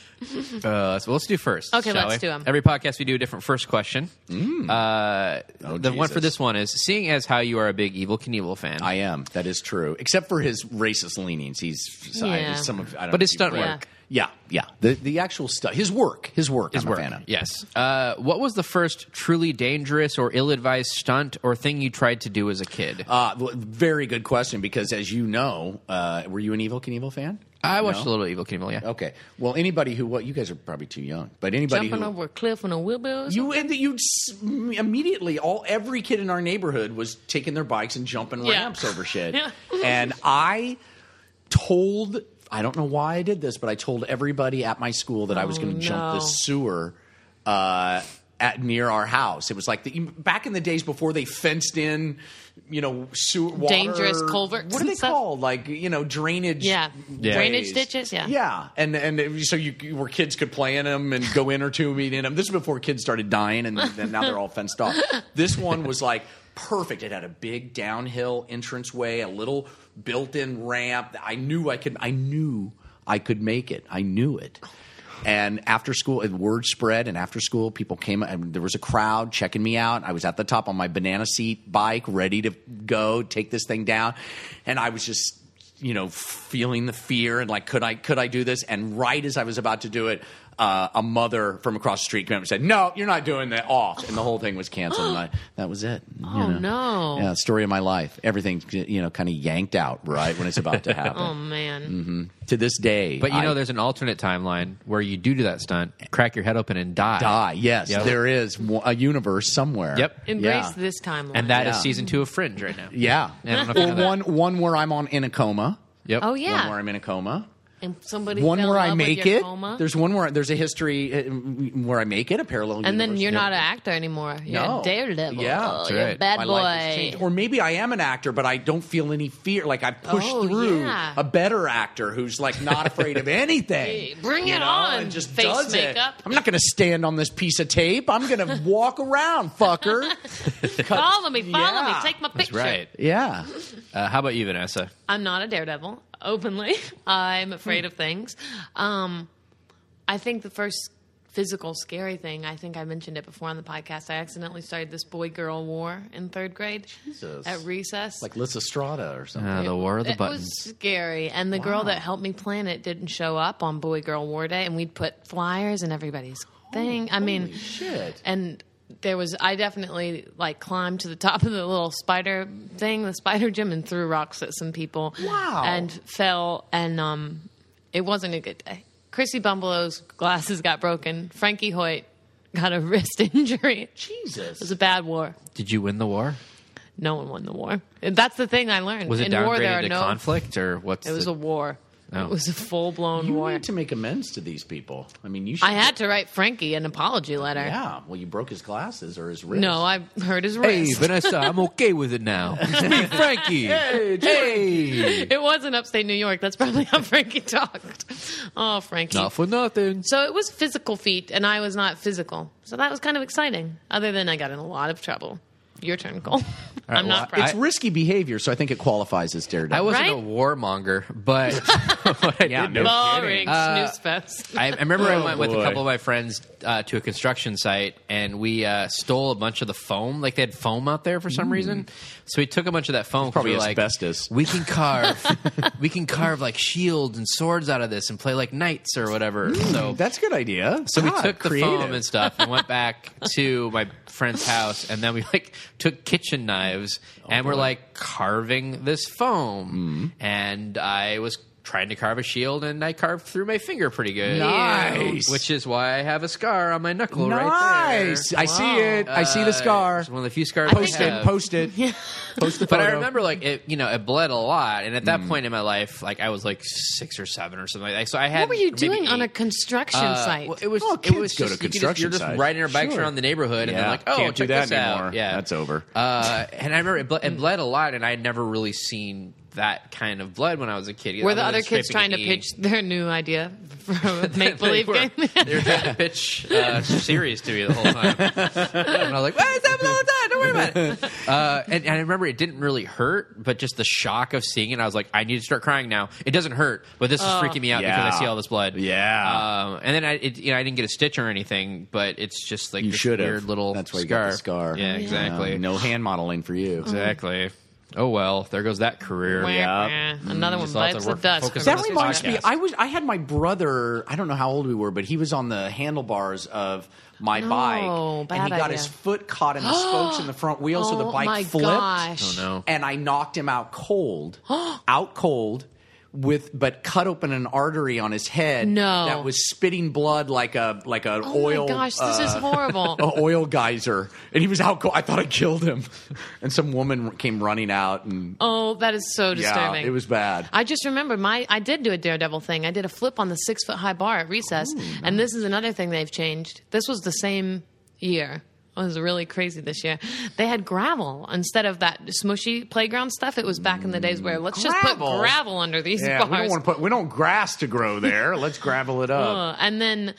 A: Uh, so let's do first.
B: Okay,
A: shall
B: let's
A: we?
B: do 'em.
A: Every podcast we do a different first question. Uh,
C: Oh,
A: the one
C: Jesus.
A: for this one is seeing as how you are a big Evil Knievel fan,
C: I am. That is true. Except for his racist leanings, he's
B: Yeah.
C: I, some of. I don't
A: But
C: know
A: his
C: if you've
A: stunt
C: read-
B: work.
C: Yeah, yeah. The the actual stuff. His work. His work.
A: His
C: I'm
A: work.
C: A fan of.
A: Yes. Uh, what was the first truly dangerous or ill-advised stunt or thing you tried to do as a kid?
C: Uh, well, very good question because, as you know, uh, were you an Evil Knievel fan?
A: I watched a
C: no.
A: little Evil Knievel. Yeah.
C: Okay. Well, anybody who, well, you guys are probably too young, but anybody
B: Jumping
C: who.
B: over a cliff on a wheelbarrow.
C: You and you s- immediately all every kid in our neighborhood was taking their bikes and jumping
B: Yeah.
C: ramps over shit.
B: Yeah.
C: And I told I don't know why I did this, but I told everybody at my school that I was
B: Oh,
C: going to jump the
B: no.
C: sewer uh, at near our house. It was like the, back in the days before they fenced in, you know, sewer water,
B: Dangerous culverts
C: What are
B: and
C: they
B: stuff?
C: called? Like you know, drainage.
B: Yeah.
A: Yeah.
B: Drainage
C: ways.
B: ditches. Yeah.
C: Yeah, and and it, so you, you where kids could play in them and go in or two meet in them. This is before kids started dying, and then now they're all fenced off. This one was like perfect. It had a big downhill entranceway, a little built-in ramp. I knew I could. I knew I could make it. I knew it. And after school, it- word spread, and after school, people came. And there was a crowd checking me out. I was at the top on my banana seat bike, ready to go take this thing down, and I was just you know feeling the fear and like could i could i do this and right as i was about to do it uh, a mother from across the street came up and said no you're not doing that off and the whole thing was canceled and I, that was it you
B: Oh,
C: know.
B: no.
C: yeah story of my life everything you know kind of yanked out right when it's about to happen
B: Oh man.
C: to this day
A: But you know,
C: I
A: there's an alternate timeline where you do do that stunt, crack your head open, and die.
C: die yes
A: Yep.
C: there is mo- a universe somewhere
A: Yep.
B: Embrace
C: Yeah.
B: this timeline.
A: And that is
C: Yeah.
A: season two of Fringe right now.
C: yeah
A: Yeah, I don't know if you
C: or
A: know that.
C: one one where i'm on in a coma
A: Yep.
B: Oh yeah.
C: one where i'm in a coma
B: and somebody
C: one
B: fell
C: where
B: in
C: I
B: love with
C: make
B: your
C: it.
B: coma.
C: There's one where there's a history uh, where I make it a parallel.
B: and then
C: universe.
B: you're not an actor anymore. You're
C: No.
B: a daredevil.
C: Yeah, that's
B: You're a
A: right.
B: bad
C: My life has changed.
B: boy.
C: Or maybe I am an actor, but I don't feel any fear. Like I push
B: Oh,
C: through
B: yeah.
C: a better actor who's like not afraid of anything.
B: Hey, bring
C: you
B: it
C: know,
B: on,
C: And just
B: face
C: does
B: makeup.
C: it. I'm not going to stand on this piece of tape. I'm going to walk around, fucker.
B: Follow me, follow
C: Yeah.
B: me, take my
A: That's
B: picture.
A: right.
C: Yeah.
A: Uh, how about you, Vanessa?
B: I'm not a daredevil, openly. I'm afraid of things. Um, I think the first physical scary thing, I think I mentioned it before on the podcast, I accidentally started this boy girl war in third grade
C: Jesus.
B: at recess.
C: Like Lysistrata or something.
A: Uh, the War of the
B: it was
A: Buttons.
B: scary, and the girl that helped me plan it didn't show up on Boy Girl War Day, and we'd put flyers in everybody's thing. I mean,
C: Holy shit.
B: and there was I definitely like climbed to the top of the little spider thing, the spider gym, and threw rocks at some people.
C: Wow.
B: And fell, and um, it wasn't a good day. Chrissy Bumblow's glasses got broken. Frankie Hoyt got a wrist injury. It
C: Jesus.
B: was a bad war.
A: Did you win the war?
B: No one won the war. That's the thing I learned.
A: Was it
B: in
A: downgraded
B: war, there are
A: to
B: no
A: conflict or what's
B: it was
A: the-
B: a war.
A: Oh.
B: It was a full blown
C: you
B: war.
C: need to make amends to these people. I mean, you should.
B: I had to write Frankie an apology letter.
C: Yeah. Well, you broke his glasses or his wrist.
B: No, I hurt his
A: Hey,
B: wrist.
A: Vanessa, I'm okay with it now. It's me, Frankie. Hey,
B: it was in upstate New York. That's probably how Frankie talked. Oh, Frankie.
A: not for nothing.
B: So it was physical feat, and I was not physical. So that was kind of exciting. Other than I got in a lot of trouble. Your turn, Cole.
A: right,
B: I'm not
A: well,
B: proud.
C: It's risky behavior, so I think it qualifies as daredevil.
A: I wasn't
B: Right?
A: a warmonger, but what I,
C: Yeah,
A: did
C: no
A: was-
B: Boring
A: Uh,
B: snooze fest.
A: I, I remember I
C: Oh,
A: went with a
C: boy.
A: couple of my friends uh, to a construction site, and we uh, stole a bunch of the foam. Like they had foam out there for some reason, so we took a bunch of that foam. 'cause
C: Hmm. probably
A: we were like,
C: asbestos.
A: We can carve, we can carve like shields and swords out of this, and play like knights or
C: Hmm,
A: whatever. so
C: That's a good idea.
A: So we
C: God,
A: took the
C: Ah, creative.
A: foam and stuff and went back to my friend's house, and then we like took kitchen
C: Oh, Mm-hmm.
A: knives and we're like carving this foam. And I was trying to carve a shield, and I carved through my finger pretty good.
C: Nice.
A: Which is why I have a scar on my knuckle right there.
C: nice. I see
B: Wow.
C: it. I see the
A: Uh,
C: scar.
A: It's one of the few scars. I
C: Post
A: have.
C: it. Post it. Post the
A: uh, But
C: photo. Mm.
A: I remember, like, it, you know, it bled a lot, and at that point in my life, like, I was like six or seven or something. Like that. So I had.
B: What were you
A: maybe
B: doing on
A: eight.
B: a construction
A: Uh,
B: site?
A: Well, it was.
C: Oh,
A: it was
C: kids
A: just, you
C: go to
A: could just,
C: construction
A: you're just
C: sites.
A: riding our bikes
C: Sure.
A: around the neighborhood, and
C: Yeah.
A: then like, oh,
C: Can't do
A: check
C: that
A: this
C: anymore.
A: Out. Yeah,
C: That's over.
A: Uh, and I remember it, ble- it bled a lot, and I had never really seen that kind of blood when I was a kid.
B: Were
A: other
B: the
A: than
B: other kids trying
A: scraping
B: to
A: an E.
B: pitch their new idea for a make
A: They
B: believe
A: were,
B: game?
A: they were trying to pitch uh, series to me the whole time. and I was like, "Why is that blood on top? Don't worry about it." Uh, and, and I remember it didn't really hurt, but just the shock of seeing it, I was like, "I need to start crying now." It doesn't hurt, but this is freaking me out because
C: Yeah.
A: I see all this blood.
C: Yeah.
A: Um, and then I, it, you know, I didn't get a stitch or anything, but it's just like
C: you
A: this
C: should
A: weird
C: have.
A: little
C: That's why you
A: scar.
C: got the scar.
A: Yeah, exactly.
C: Um, no hand modeling for you.
A: Exactly. Oh well, there goes that career.
B: Wah,
C: Yeah.
B: wah. Another one
A: Just lots of
B: bites the
A: work-
B: dust.
A: focus
B: for
A: on
B: the
C: That
A: this
C: reminds
B: podcast.
C: me. I was. I had my brother. I don't know how old we were, but he was on the handlebars of my
B: No,
C: bike,
B: bad
C: and he got
B: idea.
C: his foot caught in the spokes in the front wheel, so the
B: Oh
C: bike
B: my
C: flipped.
B: gosh.
A: Oh no.
C: And I knocked him out cold, out cold, with but cut open an artery on his head.
B: No.
C: that was spitting blood like a like an
B: Oh
C: oil.
B: my gosh, this is
C: uh,
B: horrible.
C: a oil geyser, and he was out. cold. I thought I killed him, and some woman came running out, and
B: Oh, that is so disturbing.
C: yeah, it was bad.
B: I just remembered my I did do a daredevil thing. I did a flip on the six foot high bar at recess, and this is another thing they've changed. This was the same year. It was really crazy this year. They had gravel instead of that smushy playground stuff. It was back in the days where let's just
C: Gravel?
B: put gravel under these
C: Yeah,
B: bars.
C: we don't want to put we don't grass to grow there. Let's gravel it up.
B: Uh, and then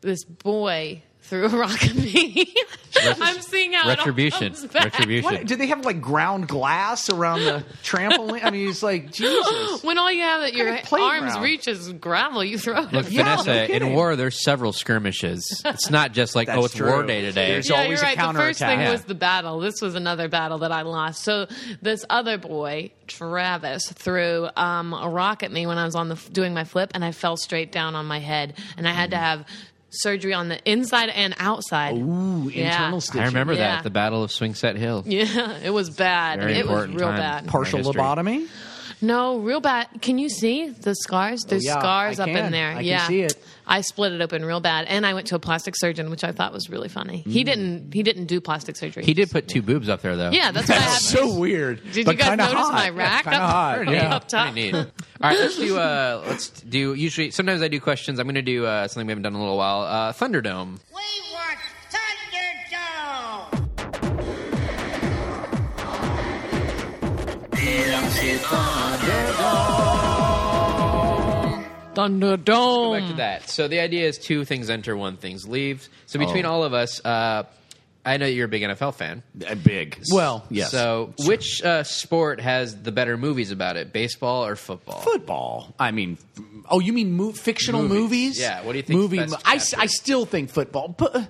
B: this boy threw a rock at me. I'm seeing how It all
A: Retribution.
B: comes back.
C: What,
A: Retribution.
C: did they have like ground glass around the trampoline? I mean, it's like Jesus.
B: When all you have at your
C: kind of
B: arms
C: playground?
B: reaches gravel, you throw it.
A: Look,
C: Yeah, no
A: Vanessa, in
C: kidding.
A: war, there's several skirmishes. It's not just like, oh,
C: That's
A: it's war
C: true.
A: day today.
C: There's
B: yeah,
C: always
B: you're
C: a
B: right. the first
C: counterattack.
B: thing
A: Yeah.
B: was the battle. This was another battle that I lost. So this other boy, Travis, threw um, a rock at me when I was on the doing my flip, and I fell straight down on my head, and I had to have surgery on the inside and outside.
A: Oh.
C: Ooh, internal stitching.
A: I remember
B: Yeah.
A: that, the Battle of Swing Set Hill.
B: Yeah, it was bad.
A: Very
B: it was
A: important
B: real
A: time.
B: bad.
C: partial
A: My history.
C: lobotomy.
B: No, real bad. Can you see the scars? There's
C: Oh, yeah,
B: scars
C: I
B: up
C: can.
B: in there.
C: I can
B: yeah,
C: see it.
B: I split it open real bad, and I went to a plastic surgeon, which I thought was really funny.
C: Mm.
B: He didn't. He didn't do plastic surgery.
A: He did put two boobs up there, though.
B: Yeah, that's what I have.
C: That's so weird.
B: Did
C: but
B: you guys
C: kinda
B: notice
C: hot.
B: my rack
C: Kinda
B: up-
C: hot.
A: Pretty
C: Yeah.
A: neat.
B: Up top.
A: Pretty neat. All right, let's do. Uh, let's do. Usually, sometimes I do questions. I'm going to do uh, something we haven't done in a little while. Uh, Thunderdome.
E: We want Thunderdome!
A: Go back
B: Thunderdome.
A: to that. So the idea is two things enter, one things leaves. So
B: Oh.
A: between all of us, uh, I know you're a big NFL fan.
C: Uh, Big. Well, yes.
A: So which uh, sport has the better movies about it? Baseball or football?
C: football. I mean, f- oh, you mean mo- fictional movies.
A: Yeah, what do you think's
C: Movie.
A: best
C: mo- I, s-
A: chapter?
C: I still think football, but uh,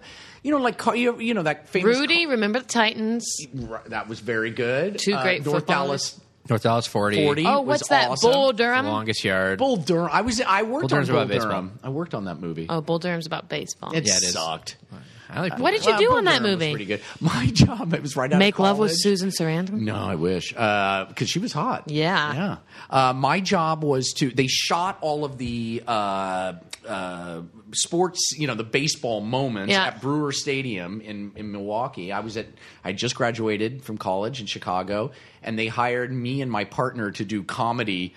C: you know, like car- you, you know that famous
B: Rudy, remember the Titans?
C: Car- that was very good. Uh,
B: Two great
C: North
B: football
C: Dallas
A: North Dallas 40.
C: forty.
B: Oh,
C: was
B: what's that?
C: Awesome.
B: Bull Durham.
A: Longest yard.
C: Bull Durham. I was. I worked
A: Bull Durham's
C: on Bull
A: about baseball.
C: Durham. I worked on that movie.
B: Oh, Bull Durham's about baseball.
C: it
A: Yeah, it is.
C: sucked. Uh,
A: I like
B: What did you do
C: Bull
B: on that
C: Durham was
B: movie?
C: pretty good. My job. It was right out.
B: Make
C: of
B: love with
C: college.
B: Susan Sarandon.
C: No, I wish because she was hot.
B: Yeah.
C: yeah. Uh, my job was to. They shot all of the uh, uh, sports, you know, the baseball moments
B: Yeah.
C: at Brewer Stadium in in Milwaukee. I was at. I just graduated from college in Chicago, and they hired me and my partner to do comedy.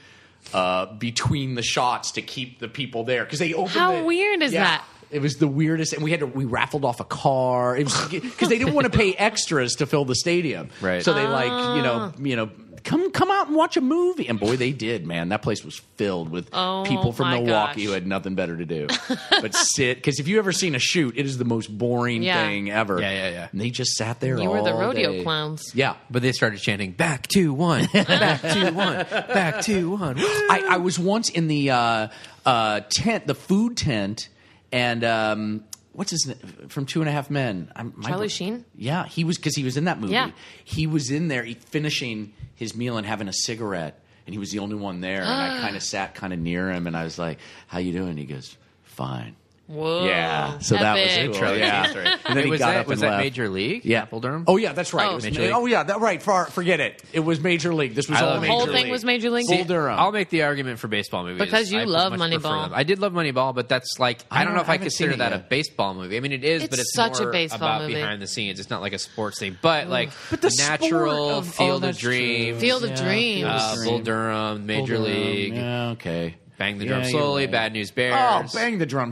C: Uh, between the shots to keep the people there because they opened.
B: How
C: the-
B: weird is
C: Yeah.
B: that?
C: It was the weirdest, and we had to we raffled off a car. It was because they didn't want to pay extras to fill the stadium,
A: Right.
C: So they like you
B: Ah.
C: know you know come come out and watch a movie, and boy they did, man. That place was filled with
B: Oh,
C: people from
B: my
C: Milwaukee
B: gosh.
C: who had nothing better to do but sit. Because if you ever seen a shoot, it is the most boring
B: Yeah.
C: thing ever.
A: Yeah, yeah, yeah.
C: And they just sat there.
B: You were the
C: all
B: rodeo
C: day.
B: clowns.
C: Yeah,
A: But they started chanting, back to one, back to one, back to one.
C: I, I was once in the uh, uh, tent, the food tent, and um, what's his name from Two and a Half Men? I'm, my-
B: Charlie Sheen?
C: Yeah, he was because he was in that movie.
B: Yeah.
C: he was in there eat- finishing his meal and having a cigarette, and he was the only one there. and I kind of sat kind of near him, and I was like, "How you doing?" He goes, "Fine."
B: Whoa.
C: Yeah, so that was
B: Epic.
C: cool.
A: Charlie
C: Yeah.
A: Theron.
C: And then he
A: was
C: got
A: that,
C: up
A: was
C: and
A: that
C: left.
A: Major League?
C: Yeah.
A: Apple Durham?
C: Oh yeah, that's right.
B: Oh.
C: it was,
A: Major League.
C: oh yeah, that right. Far, forget it. It was Major League. This was
A: I
C: all
A: love
C: Major
A: Major
B: The whole
C: League.
B: thing was Major League.
C: Bull Durham.
A: I'll make the argument for baseball movies
B: Because you
A: I
B: love
A: much prefer
B: Moneyball.
A: them. I did love Moneyball, but that's like I, don't know
C: don't-
A: if
C: I
A: I,
C: haven't seen
A: consider
C: it
A: that a
C: yet.
A: baseball movie. I mean, it is,
B: It's
A: but it's
B: such a
A: more
B: baseball
A: about
B: movie.
A: behind the scenes. It's not like a sports thing, but like
C: the sport
A: natural
C: of-
A: field
C: oh,
A: of
C: that's true.
A: dreams.
B: Field of
C: Yeah,
B: Dreams.
C: Field of
A: uh, Bull
C: Dreams.
A: Durham, Major
C: Bull Durham.
A: League,
C: Yeah, okay.
A: Bang the
C: Yeah,
A: Drum
C: you're
A: Slowly,
C: right.
A: Bad News
C: Oh,
A: Bears.
C: bang the drum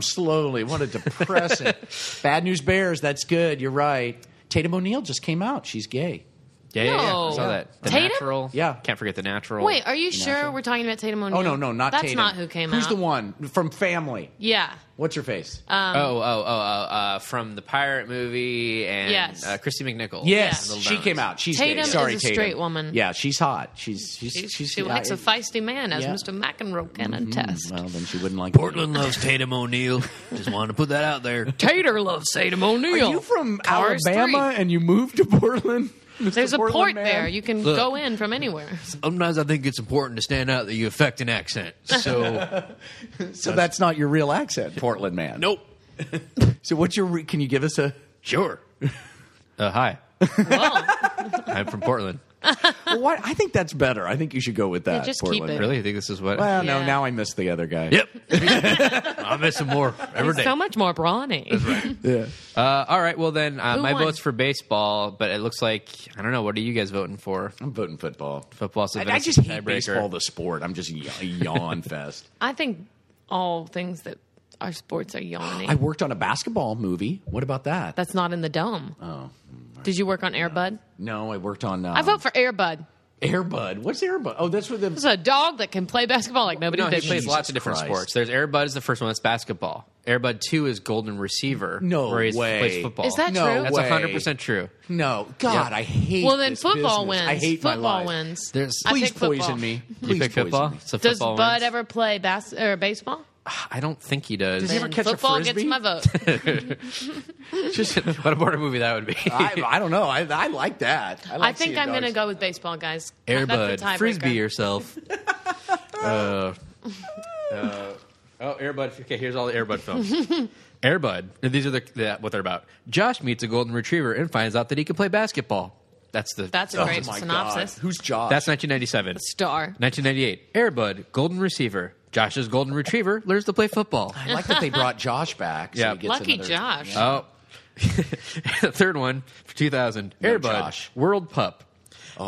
C: slowly. What a depressing. Bad News Bears. That's good. You're right. Tatum O'Neill just came out. She's gay.
A: Yeah, yeah, yeah. I
B: No.
A: saw that. The
B: Tatum?
A: Natural.
C: Yeah.
A: Can't forget The Natural.
B: Wait, are you sure we're talking about Tatum O'Neal?
C: Oh no, no, not
B: That's
C: Tatum.
B: not who came
C: Who's
B: out.
C: the one from Family?
B: Yeah.
C: What's her face?
A: oh, oh, oh, oh uh, from the pirate movie and
B: Yes.
A: uh, Christy McNichol.
C: yes,
A: And Little
C: she
A: Diamonds.
C: came out. She's
B: Tatum
C: gay.
B: is
C: Sorry,
B: a
C: Tatum.
B: straight woman.
C: Yeah, she's hot. She's she's she's,
B: She likes a feisty man, as
C: Yeah. Mm-hmm.
B: Mr. McEnroe can attest.
C: Well, then she wouldn't like
A: Portland loves Tatum O'Neill. Just wanted to put that out there.
B: Tater loves Tatum O'Neal.
C: Are you from
B: Cars
C: Alabama and you moved to Portland? Mr.
B: There's a port
C: Portland man?
B: there. You can
A: Look.
B: go in from anywhere.
A: Sometimes I think it's important to stand out that you affect an accent. So
C: so that's not your real accent, Portland man.
A: nope,
C: So what's your? Re- can you give us a?
A: sure. Uh, hi,
B: Whoa.
A: I'm from Portland.
C: Well, what? I think that's better. I think you should go with that.
B: just keep
C: Portland.
B: it.
C: man.
A: Really, you think this is what?
C: Well, no.
B: Yeah.
C: Now I miss the other guy.
A: yep. I miss him more every day.
B: so much more brawny.
C: Yeah.
A: Uh, all right. Well, then uh,
B: Who
A: my
B: won?
A: vote's for baseball, but it looks like I don't know. What are you guys voting for?
C: I'm voting football.
A: Football. So
C: I,
A: then
C: I
A: it's a
C: just hate
A: tiebreaker.
C: baseball, the sport. I'm just y- a yawn fest.
B: I think all things that our sports are yawning.
C: I worked on a basketball movie. What about that?
B: That's not in the dome.
C: oh
B: Did you work on Airbud?
C: no, I worked on. Um,
B: I vote for Airbud.
C: Airbud. What's Airbud? Oh, that's what the.
B: It's a dog that can play basketball like nobody
A: No, he
B: did.
A: plays lots of different
C: Christ.
A: sports. There's Airbud is the first one. That's basketball. Airbud two is Golden Receiver.
C: No
A: where he
C: way.
A: plays football.
B: Is that
C: No
B: true?
A: That's
C: way.
A: hundred percent true.
C: No, God, I hate.
B: Well, then
C: this
B: football
C: business.
B: wins.
C: I hate my
B: football
C: life.
B: wins.
A: There's-
B: I
C: Please
B: pick football.
C: poison me. Please
A: you pick
C: poison
A: football.
C: me.
A: So
B: Does
A: football
B: Bud
A: wins.
B: ever play bas- or baseball?
A: I don't think he does.
C: Does he ever
B: Then
C: catch a
B: football
C: frisbee?
B: gets my vote.
A: Just what a boring movie that would be.
C: I, I don't know. I, I like that. I, like
B: I think
C: seeing
B: I'm going to
C: dogs.
B: go with baseball, guys. That's the
A: Airbud,
B: tiebreaker.
A: frisbee yourself. uh, uh, oh, Airbud. Okay, here's all the Airbud films. Airbud. And These are the, the what they're about. Josh meets a golden retriever and finds out that he can play basketball. That's the.
B: That's a
C: Oh
B: great
C: my
B: synopsis.
C: God. Who's Josh?
A: that's 1997.
B: Star.
A: 1998. Airbud, golden receiver. Josh's golden retriever learns to play football.
C: I like that they brought Josh back. So
A: Yeah.
C: he gets
B: Lucky
C: another-
B: Josh.
A: Oh. the third one for 2000.
C: No,
A: Airbud,
C: Josh.
A: World Pup.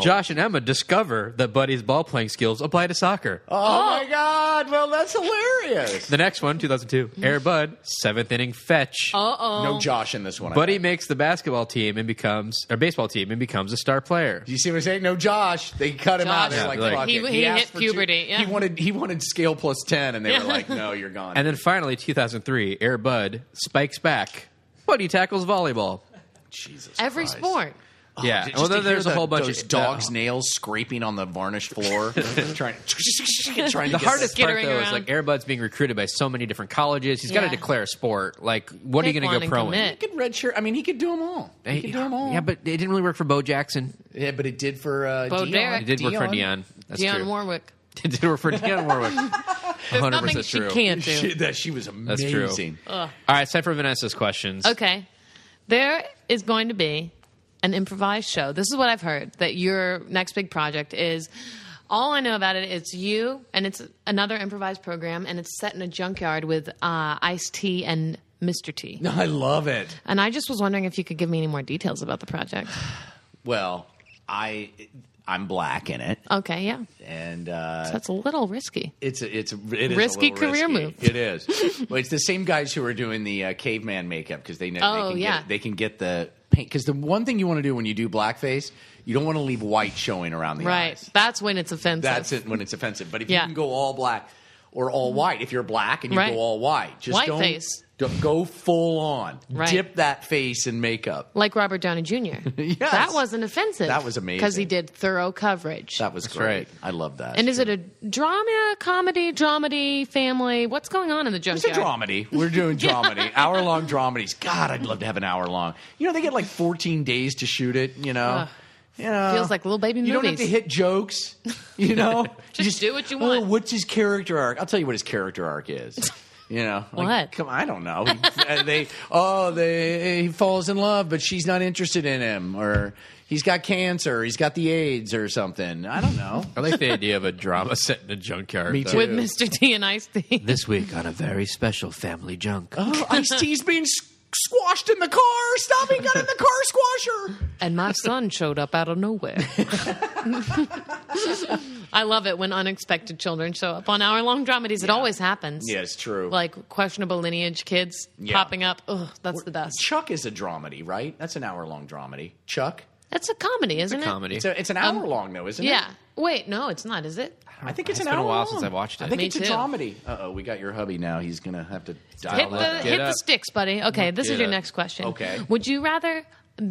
A: Josh and Emma discover that Buddy's ball playing skills apply to soccer.
C: Oh, my God! Well, that's hilarious.
A: The next one, 2002, Air Bud, seventh inning fetch.
B: Uh oh.
C: No Josh in this one. I
A: Buddy
C: bet.
A: makes the basketball team and becomes or baseball team and becomes a star player.
C: Do you see what I'm saying? No Josh. They cut him out.
B: Josh.
C: They're like,
A: Yeah,
C: fuck
B: he-
C: it.
B: he hit
C: asked for two-
B: puberty, yeah.
C: He wanted he wanted scale plus ten, and they
B: Yeah.
C: were like, no, you're gone.
A: And then finally, 2003, Air Bud spikes back. Buddy tackles volleyball.
C: Jesus,
B: Every
C: Christ.
B: sport.
A: yeah.
C: Oh, Just
A: Well,
C: to
A: then
C: hear
A: there's a
C: the-
A: whole bunch
C: those
A: of
C: dogs'
A: uh,
C: nails scraping on the varnished floor, trying trying to
A: the
C: get
A: hardest part
B: skittering
A: though is
B: around.
A: like Air Bud's being recruited by so many different colleges. He's got
B: Yeah.
A: to declare a sport. Like, what are
B: Pick
A: you going to
B: one
A: go
B: and
A: pro in?
B: commit.
C: He could redshirt. I mean, he could do them all. He could do them all.
A: Yeah, but it didn't really work for Bo Jackson.
C: yeah, but it did for uh,
B: Bo
C: Deion.
B: Derek.
A: It did work for Dion. That's
B: Dionne
A: true.
B: Warwick.
A: it did work for Dion Warwick. 100%
B: Nothing she
A: true.
B: can't do.
C: She, that she was amazing.
A: That's true. All right, it's time for Vanessa's questions.
B: Okay. There is going to be an improvised show. This is what I've heard that your next big project is. All I know about it, it's you, and it's another improvised program, and it's set in a junkyard with uh, Ice T and Mr. T.
C: I love it.
B: And I just was wondering if you could give me any more details about the project.
C: Well, I I'm black in it,
B: Okay, yeah.
C: and uh,
B: That's a little risky.
C: it's a, it's a, it is a
B: Risky
C: little
B: career
C: risky.
B: move.
C: It is. well, it's the same guys who are doing the uh, caveman makeup because they know
B: Oh,
C: they can
B: yeah.
C: get, they can get the paint. Because the one thing you want to do when you do blackface, you don't want to leave white showing around the
B: Right.
C: eyes.
B: That's when it's offensive.
C: That's it when it's offensive. But if
B: Yeah.
C: you can go all black or all white, if you're black and you
B: Right.
C: go all white, just
B: White
C: don't,
B: face.
C: don't- go full on.
B: Right.
C: Dip that face in makeup.
B: Like Robert Downey Jr.
C: Yes.
B: That wasn't offensive.
C: That was amazing.
B: Because he did thorough coverage.
C: That was great.
A: right.
C: I love that.
B: And is it a drama, comedy, dramedy, family? What's going on in the
C: It's a
B: junkyard?
C: dramedy. We're doing dramedy, hour long dramedies. God, I'd love to have an hour long. You know, they get like 14 days to shoot it. You know,
B: Ugh.
C: you know,
B: Feels like little baby
C: Uh, You don't have to
B: movies.
C: hit jokes. You know, You
B: Just do what you
C: "Oh,
B: want."
C: what's his character arc? I'll tell you what his character arc is. You know,
B: What?
C: Like, come, I don't know. Uh, they, oh, they he falls in love, but she's not interested in him, or he's got cancer, he's got the AIDS, or something. I don't know.
A: I like the idea of a drama set in a junkyard.
C: Me
A: though.
C: too.
B: with Mr. T and Ice T.
A: This week on a very special family junk.
C: Oh, Ice T's being s- squashed in the car. Stop! He got in the car squasher.
B: and my son showed up out of nowhere. I love it when unexpected children show up on hour long dramedies. It always happens.
C: Yeah, it's true.
B: Like questionable lineage kids
C: Yeah.
B: popping up. Ugh, that's the best.
C: Chuck is a dramedy, right? That's an hour long dramedy. Chuck.
B: That's a comedy, isn't it?
A: Comedy.
C: It's a, it's an hour long though, isn't it?
B: Um, Yeah. Wait, no, it's not, is it?
C: I think it's,
A: It's
C: an
A: been a
C: hour
A: while
C: long.
A: since I've watched
C: I
A: it.
C: think
B: Me
C: it's
B: too.
C: a dramedy. Uh oh, we got your hubby now. He's gonna have to dial
B: Hit
C: up.
B: the
A: Get
B: hit the
A: up.
B: sticks, buddy. Okay, this
A: Get
B: is your
A: up.
B: next question.
C: Okay.
B: Would you rather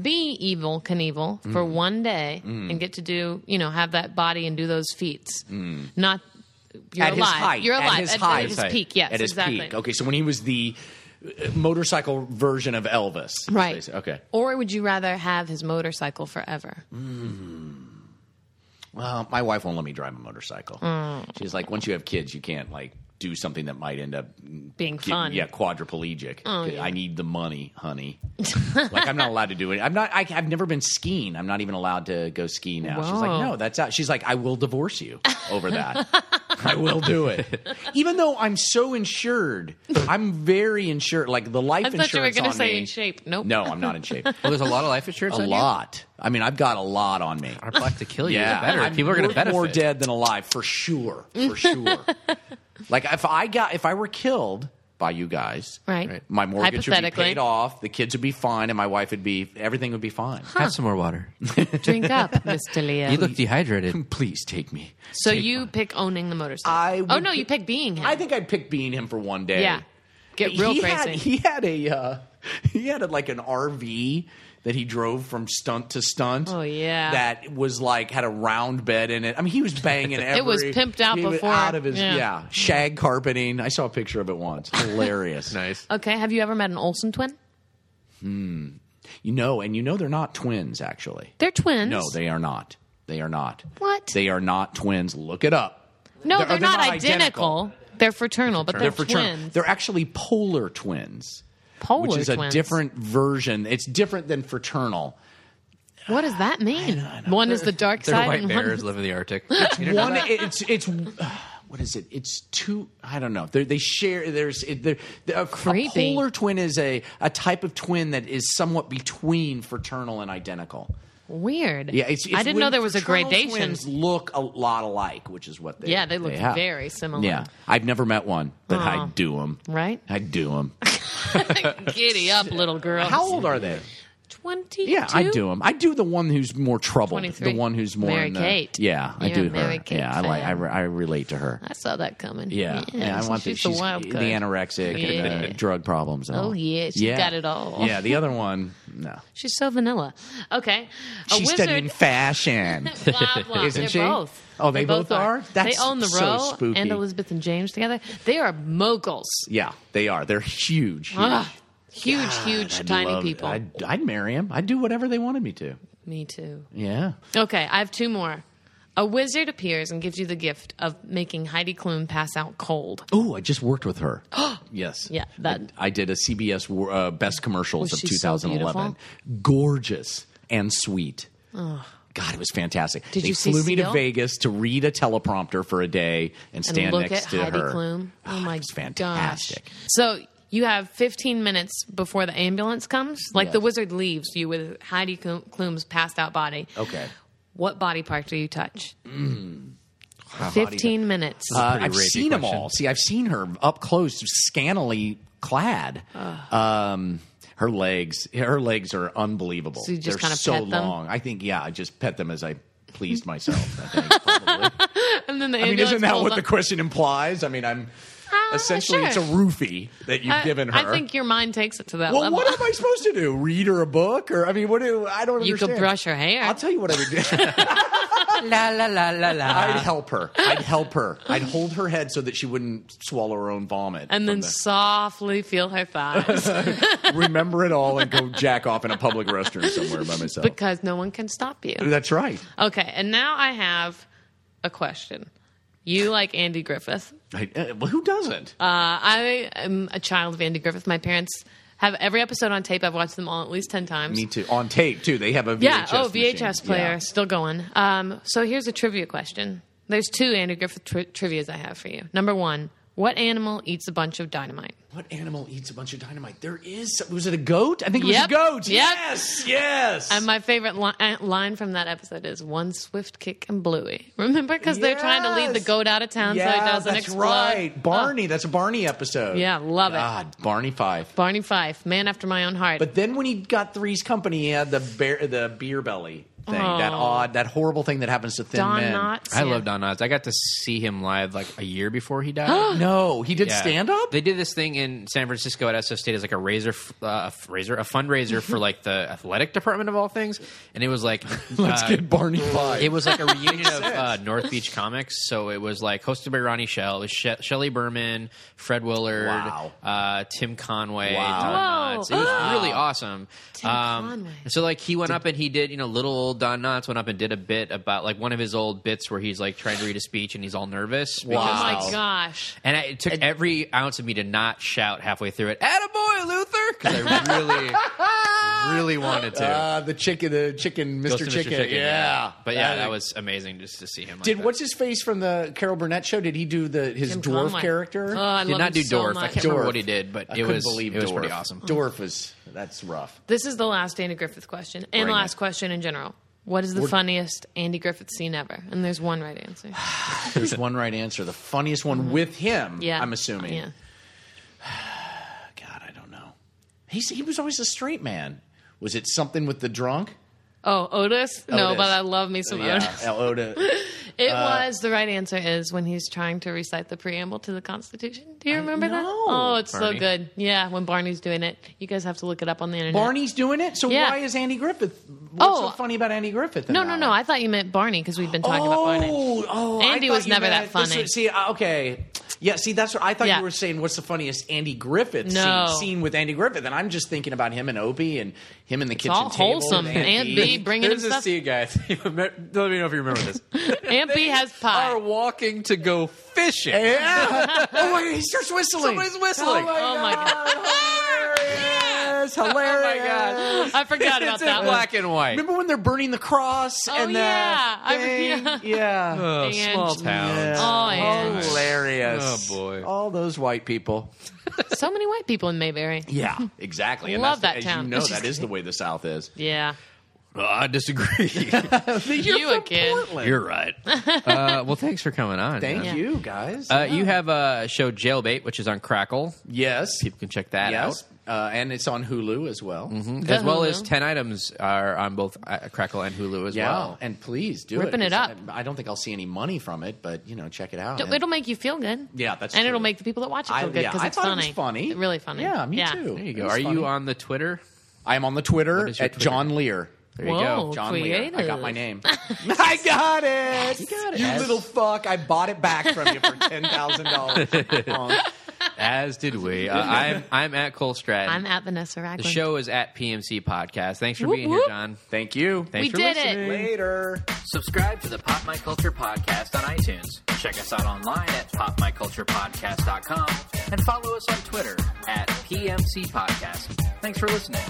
B: be evil Knievel for
C: Mm.
B: one day and get to do you know have that body and do those feats? Not you're
C: Mm. at
B: alive.
C: his height.
B: You're alive
C: At his,
B: at,
C: height.
B: at his peak. Yes,
C: At his
B: exactly.
C: peak. Okay, so when he was the uh, motorcycle version of Elvis. is
B: Right.
C: basi- Okay. Mm.
B: Or would you rather have his motorcycle forever?
C: Well, my wife won't let me drive a motorcycle.
B: Mm.
C: She's like, once you have kids, you can't like do something that might end up
B: Being
C: getting-
B: fun. Oh,
C: Yeah, quadriplegic. I need the money, honey. like I'm not allowed to do it. I'm not. I, I've never been skiing. I'm not even allowed to go ski now. She's
B: Whoa.
C: like, no, that's out. She's like, I will divorce you over that. I will do it, even though I'm so insured. I'm very insured. Like the life
B: I thought
C: insurance
B: you were going
C: on
B: to say
C: me.
B: in shape. Nope.
C: No, I'm not in shape.
A: well, there's a lot of life insurance.
C: a
A: on
C: lot. I mean, I've got a lot on me.
A: You. Our buck to kill you
C: Yeah,
A: is better.
C: I'm
A: People are going to
C: worth
A: benefit.
C: More dead than alive, for sure, for sure. like if I got, if I were killed by you guys,
B: Right. Right.
C: My mortgage would be
B: Hypothetically.
C: paid off. The kids would be fine, and my wife would be. Everything would be fine.
A: Have some more water.
B: Drink up, Mr. Leo.
A: You look dehydrated.
C: Please take me.
B: so you pick owning the motorcycle.
C: I
B: oh,
C: would
B: no,
C: pi-
B: you pick being him.
C: I think I'd pick being him for one day.
B: Yeah. Get real
C: he
B: crazy.
C: Had, he had a uh, he had a, like an RV that he drove from stunt to stunt.
B: Oh, yeah.
C: that was like had a round bed in it. I mean, he was banging every.
B: was pimped out
C: he was
B: before.
C: out of his
B: Yeah.
C: yeah. shag carpeting. I saw a picture of it once. Hilarious.
A: nice.
B: okay, have you ever met an Olsen twin?
C: You know, and you know they're not twins actually.
B: They're twins.
C: No, they are not. They are not.
B: What?
C: They are not twins. Look it up.
B: No,
C: They're-
B: they're,
C: they're
B: not,
C: not
B: identical.
C: identical.
B: They're fraternal, but they're,
C: They're fraternal.
B: twins.
C: They're actually polar twins.
B: polar
C: which is
B: twins.
C: a different version. It's different than fraternal.
B: What does that mean? One is the dark
A: They're
B: side.
A: white
B: and one
A: bears
B: is-
A: live in the Arctic.
C: One, it's it's what is it? It's two. I don't know. They're, they share. There's it- they're, they're- a,
B: Creepy.
C: a polar twin is a a type of twin that is somewhat between fraternal and identical.
B: Weird.
C: Yeah, it's, it's
B: I didn't
C: when
B: know there was a
C: fraternal
B: gradation.
C: Twins look a lot alike, which is what they.
B: yeah, they look
C: have.
B: very similar.
C: Yeah, I've never met one, but I do them.
B: Right? Oh,
C: I do them.
B: Giddy up, little girl.
C: How old are they?
B: 22?
C: Yeah, I do them. I do the one who's more troubled,
B: 23.
C: the one who's more
B: Mary
C: in the-
B: Kate.
C: Yeah, I
B: You're a
C: do her.
B: Mary Kate
C: yeah, I like. I,
B: fan.
C: re- I relate to her.
B: I saw that coming.
C: Yeah, yeah. I
B: so
C: want
B: she's
C: the,
B: the
C: she's
B: wild
C: the
B: card.
C: anorexic and
B: Yeah.
C: the drug problems. and
B: Oh,
C: all.
B: yeah, she's got it all.
C: Yeah, the other one, no.
B: She's so vanilla. Okay. A
C: she's
B: wizard.
C: studying fashion.
B: Blah, blah.
C: Isn't
B: They're
C: she?
B: both.
C: Oh, they both are? That's
B: they own the
C: so
B: row
C: spooky.
B: and Elizabeth and James together. They are moguls.
C: yeah, they are. They're huge. huge.
B: Ugh. Huge, huge,
C: I'd
B: Ah, tiny
C: love-
B: people.
C: I'd, I'd marry him. I'd do whatever they wanted me to.
B: Me too.
C: Yeah.
B: Okay, I have two more. A wizard appears and gives you the gift of making Heidi Klum pass out cold.
C: Oh, I just worked with her. yes.
B: Yeah, that-
C: I, I did a CBS wor- uh, best commercials
B: Was
C: of
B: she so
C: 2011. Gorgeous and sweet. God, it was fantastic.
B: Did
C: they
B: you see
C: flew me to
B: Seal?
C: Vegas to read a teleprompter for a day and
B: and
C: stand
B: look
C: next
B: at
C: to
B: Heidi
C: her.
B: Klum. Oh, my
C: it's fantastic.
B: gosh! So you have 15 minutes before the ambulance comes. Like the
C: Yes.
B: wizard leaves you with Heidi Klum- Klum's passed out body.
C: Okay. Mm.
B: What body part do you touch?
A: body
B: 15 minutes.
A: a
C: Uh,
A: pretty
C: I've
A: rapey
C: seen them
A: question.
C: all. See, I've seen her up close, scantily clad. Um, her legs, her legs are unbelievable.
B: So you just
C: They're
B: kinda
C: so
B: pet them?
C: long. I think, yeah, I just pet them as I pleased myself. I think, probably.
B: and then the
C: I mean,
B: ambulance
C: isn't that
B: pulls
C: what
B: up.
C: the question implies? I mean, I'm
B: Ah,
C: essentially
B: sure.
C: it's a roofie that you've
B: I-
C: given her.
B: I think your mind takes it to that
C: well,
B: level.
C: what am I supposed to do? Read her a book, or I mean, what do I don't?
B: You could
C: understand.
B: brush her hair.
C: I'll tell you what I would do.
A: la la la la
C: I'd
A: la.
C: help her. I'd help her. I'd hold her head so that she wouldn't swallow her own vomit.
B: and then
C: from
B: softly feel her thighs
C: the- remember it all and go jack off in a public restroom somewhere by myself.
B: because no one can stop you.
C: That's right.
B: Okay, and now I have a question. You like Andy Griffith.
C: I, uh, well, who doesn't?
B: Uh, I am a child of Andy Griffith. My parents have every episode on tape. I've watched them all at least 10 times.
C: Me too. On tape too. They have a VHS.
B: Yeah. oh,
C: machine.
B: VHS player
C: Yeah.
B: still going. Um, so here's a trivia question. There's two Andy Griffith tri- trivia's I have for you. Number one, what animal eats a bunch of dynamite?
C: What animal eats a bunch of dynamite? There is. Was it a goat? I think it was
B: Yep.
C: a goat.
B: Yep.
C: Yes. Yes.
B: And my favorite li- uh, line from that episode is "One swift kick and Bluey." Remember, because they're trying to lead the
C: Yes.
B: goat out of town so it
C: yeah,
B: doesn't
C: that's
B: explode.
C: right.
B: Oh,
C: Barney. That's a Barney episode.
B: Yeah, love it.
C: God, Barney Five.
B: Barney Fife, man after my own heart.
C: But then when he got Three's Company, he had the bear, the beer belly thing. That odd, that horrible thing that happens to thin
B: Oh. Don
C: men.
B: Knotts.
A: I
B: yeah.
A: love Don Knotts. I got to see him live like a year before he died.
C: No, he did
A: Yeah.
C: stand up.
A: They did this thing in San Francisco at SF State as like a razor, f- uh, a f- razor, a fundraiser for like the athletic department of all things, and it was like
C: Let's
A: uh,
C: get Barney Five.
A: It was like a reunion of uh, North Beach Comics, so it was like hosted by Ronnie Shell. It was she- Shelley Berman, Fred Willard,
C: Wow.
A: uh, Tim Conway.
C: Wow.
A: Don
B: Whoa.
A: Knotts. It was really awesome.
B: Tim Conway.
A: So like he went up and he did you know little old Don Knotts went up and did a bit about like one of his old bits where he's like trying to read a speech and he's all nervous.
C: Wow.
B: Oh
A: because, like,
B: my gosh!
A: and I, it took every ounce of me to not shout halfway through it, "Attaboy, Luther!" Because I really, really wanted to.
C: Uh, the chicken, the chicken, Mr.
A: Goes to
C: Chicken. Yeah.
A: But yeah,
C: Uh,
A: that was amazing just to see him. Like
C: Did
A: that.
C: what's his face from the Carol Burnett show? Did he do the his
B: Tim
C: dwarf
B: Conway.
C: character?
B: Oh, I
A: did
B: love
A: not
B: him
A: do
B: so
A: Dorf. I
B: much.
A: can't remember
C: Dorf.
A: what he did, but
C: I
A: it
C: couldn't
A: was
C: believe
A: it was
C: Dorf.
A: pretty awesome.
C: Dorf was that's rough.
B: This is the last Andy Griffith question and
C: Bring
B: the
C: it.
B: last question in general. What is the funniest Andy Griffith scene ever? And there's one right answer.
C: There's one right answer. The funniest one with him.
B: Yeah,
C: I'm assuming.
B: Yeah,
C: God, I don't know. He's, he was always a straight man. Was it something with the drunk?
B: Oh, Otis? No,
C: Otis.
B: but I love me some
C: Yeah,
B: Otis.
C: El Oda.
B: It
C: Uh,
B: was the right answer is when he's trying to recite the preamble to the Constitution. Do you remember that?
C: no.
B: Oh, it's
A: Barney.
B: so good. Yeah, when Barney's doing it, you guys have to look it up on the internet.
C: Barney's doing it. So
B: Yeah.
C: why is Andy Griffith? What's
B: Oh.
C: so funny about Andy Griffith? in
B: No,
C: that
B: no, no.
C: one?
B: I thought you meant Barney because we've been talking
C: oh,
B: about Barney.
C: Oh,
B: Andy
C: I thought
B: was
C: you
B: never that
C: meant- this
B: funny.
C: is- see, uh, okay. Yeah, see, that's what I thought
B: Yeah.
C: you were saying. What's the funniest Andy Griffith
B: No.
C: scene, scene with Andy Griffith? And I'm just thinking about him and Opie and him in the kitchen
B: all
C: table.
B: wholesome.
C: and Aunt
B: Aunt B bringing
A: Here's
B: him
A: a
B: stuff.
A: scene, guys. Let me know if you remember this.
B: Aunt B has
A: Are
B: pie.
C: Oh,
A: walking to go fishing.
C: Yeah. oh, my, he starts whistling.
A: Somebody's whistling.
B: Oh, my God.
C: Hilarious. Hilarious.
A: Oh my god!
B: I forgot about
A: It's in
B: that one.
A: black and white.
C: Remember when they're burning the cross and the
B: Oh, yeah. I-
C: thing?
B: yeah.
C: yeah.
A: Oh,
B: And-
A: small towns.
B: Oh, yeah.
C: Hilarious.
A: Oh, boy.
C: All those white people.
B: So many white people in Mayberry.
C: Yeah, exactly. And
B: Love
C: that's the-
B: that
C: as
B: town.
C: You know that is the way the South is.
B: Yeah.
C: Oh,
A: Well, Oh, I disagree.
B: You're you again.
A: You're right. Uh, well, thanks for coming on.
C: Thank
A: man.
B: Yeah.
C: you, guys.
A: Uh,
B: Oh.
A: you have a show, Jailbait, which is on Crackle.
C: yes,
A: People can check that out.
C: yes, uh, and it's on Hulu as well.
A: as well
B: Hulu.
A: as 10 items are on both uh, Crackle and Hulu as
C: Yeah,
A: well.
C: and please do
B: Ripping it
C: 'cause
B: up.
C: I, I don't think I'll see any money from it, but you know, check it out.
B: It'll- It'll make you feel good.
C: Yeah, that's
B: and it'll
C: true.
B: make the people that watch it
C: I-
B: feel good
C: yeah,
B: because
C: I
B: it's
C: thought it
B: funny.
C: was funny.
B: really funny.
C: Yeah, me too.
A: There you
C: It
A: go.
C: was
A: Are
C: funny.
A: you on the Twitter?
C: I am on the Twitter
A: is
C: at
A: your Twitter?
C: John Lear.
A: There you
B: Whoa.
A: go.
C: John
B: Creative.
C: Lear. I got my name. I got it. You
A: got it.
C: You
A: Yes.
C: little fuck. I bought it back from you for ten thousand dollars.
A: As did we. Uh, I'm I'm at Cole Stratton.
B: I'm at Vanessa Ragland.
A: the show is at PMC Podcast. Thanks for
B: Whoop,
A: being here,
B: whoop.
A: John.
C: Thank you.
A: Thanks
B: We
A: for
B: did it.
A: listening.
C: Later.
F: Subscribe to the Pop My Culture Podcast on iTunes. Check us out online at popmyculturepodcast.com and follow us on Twitter at PMC Podcast. Thanks for listening.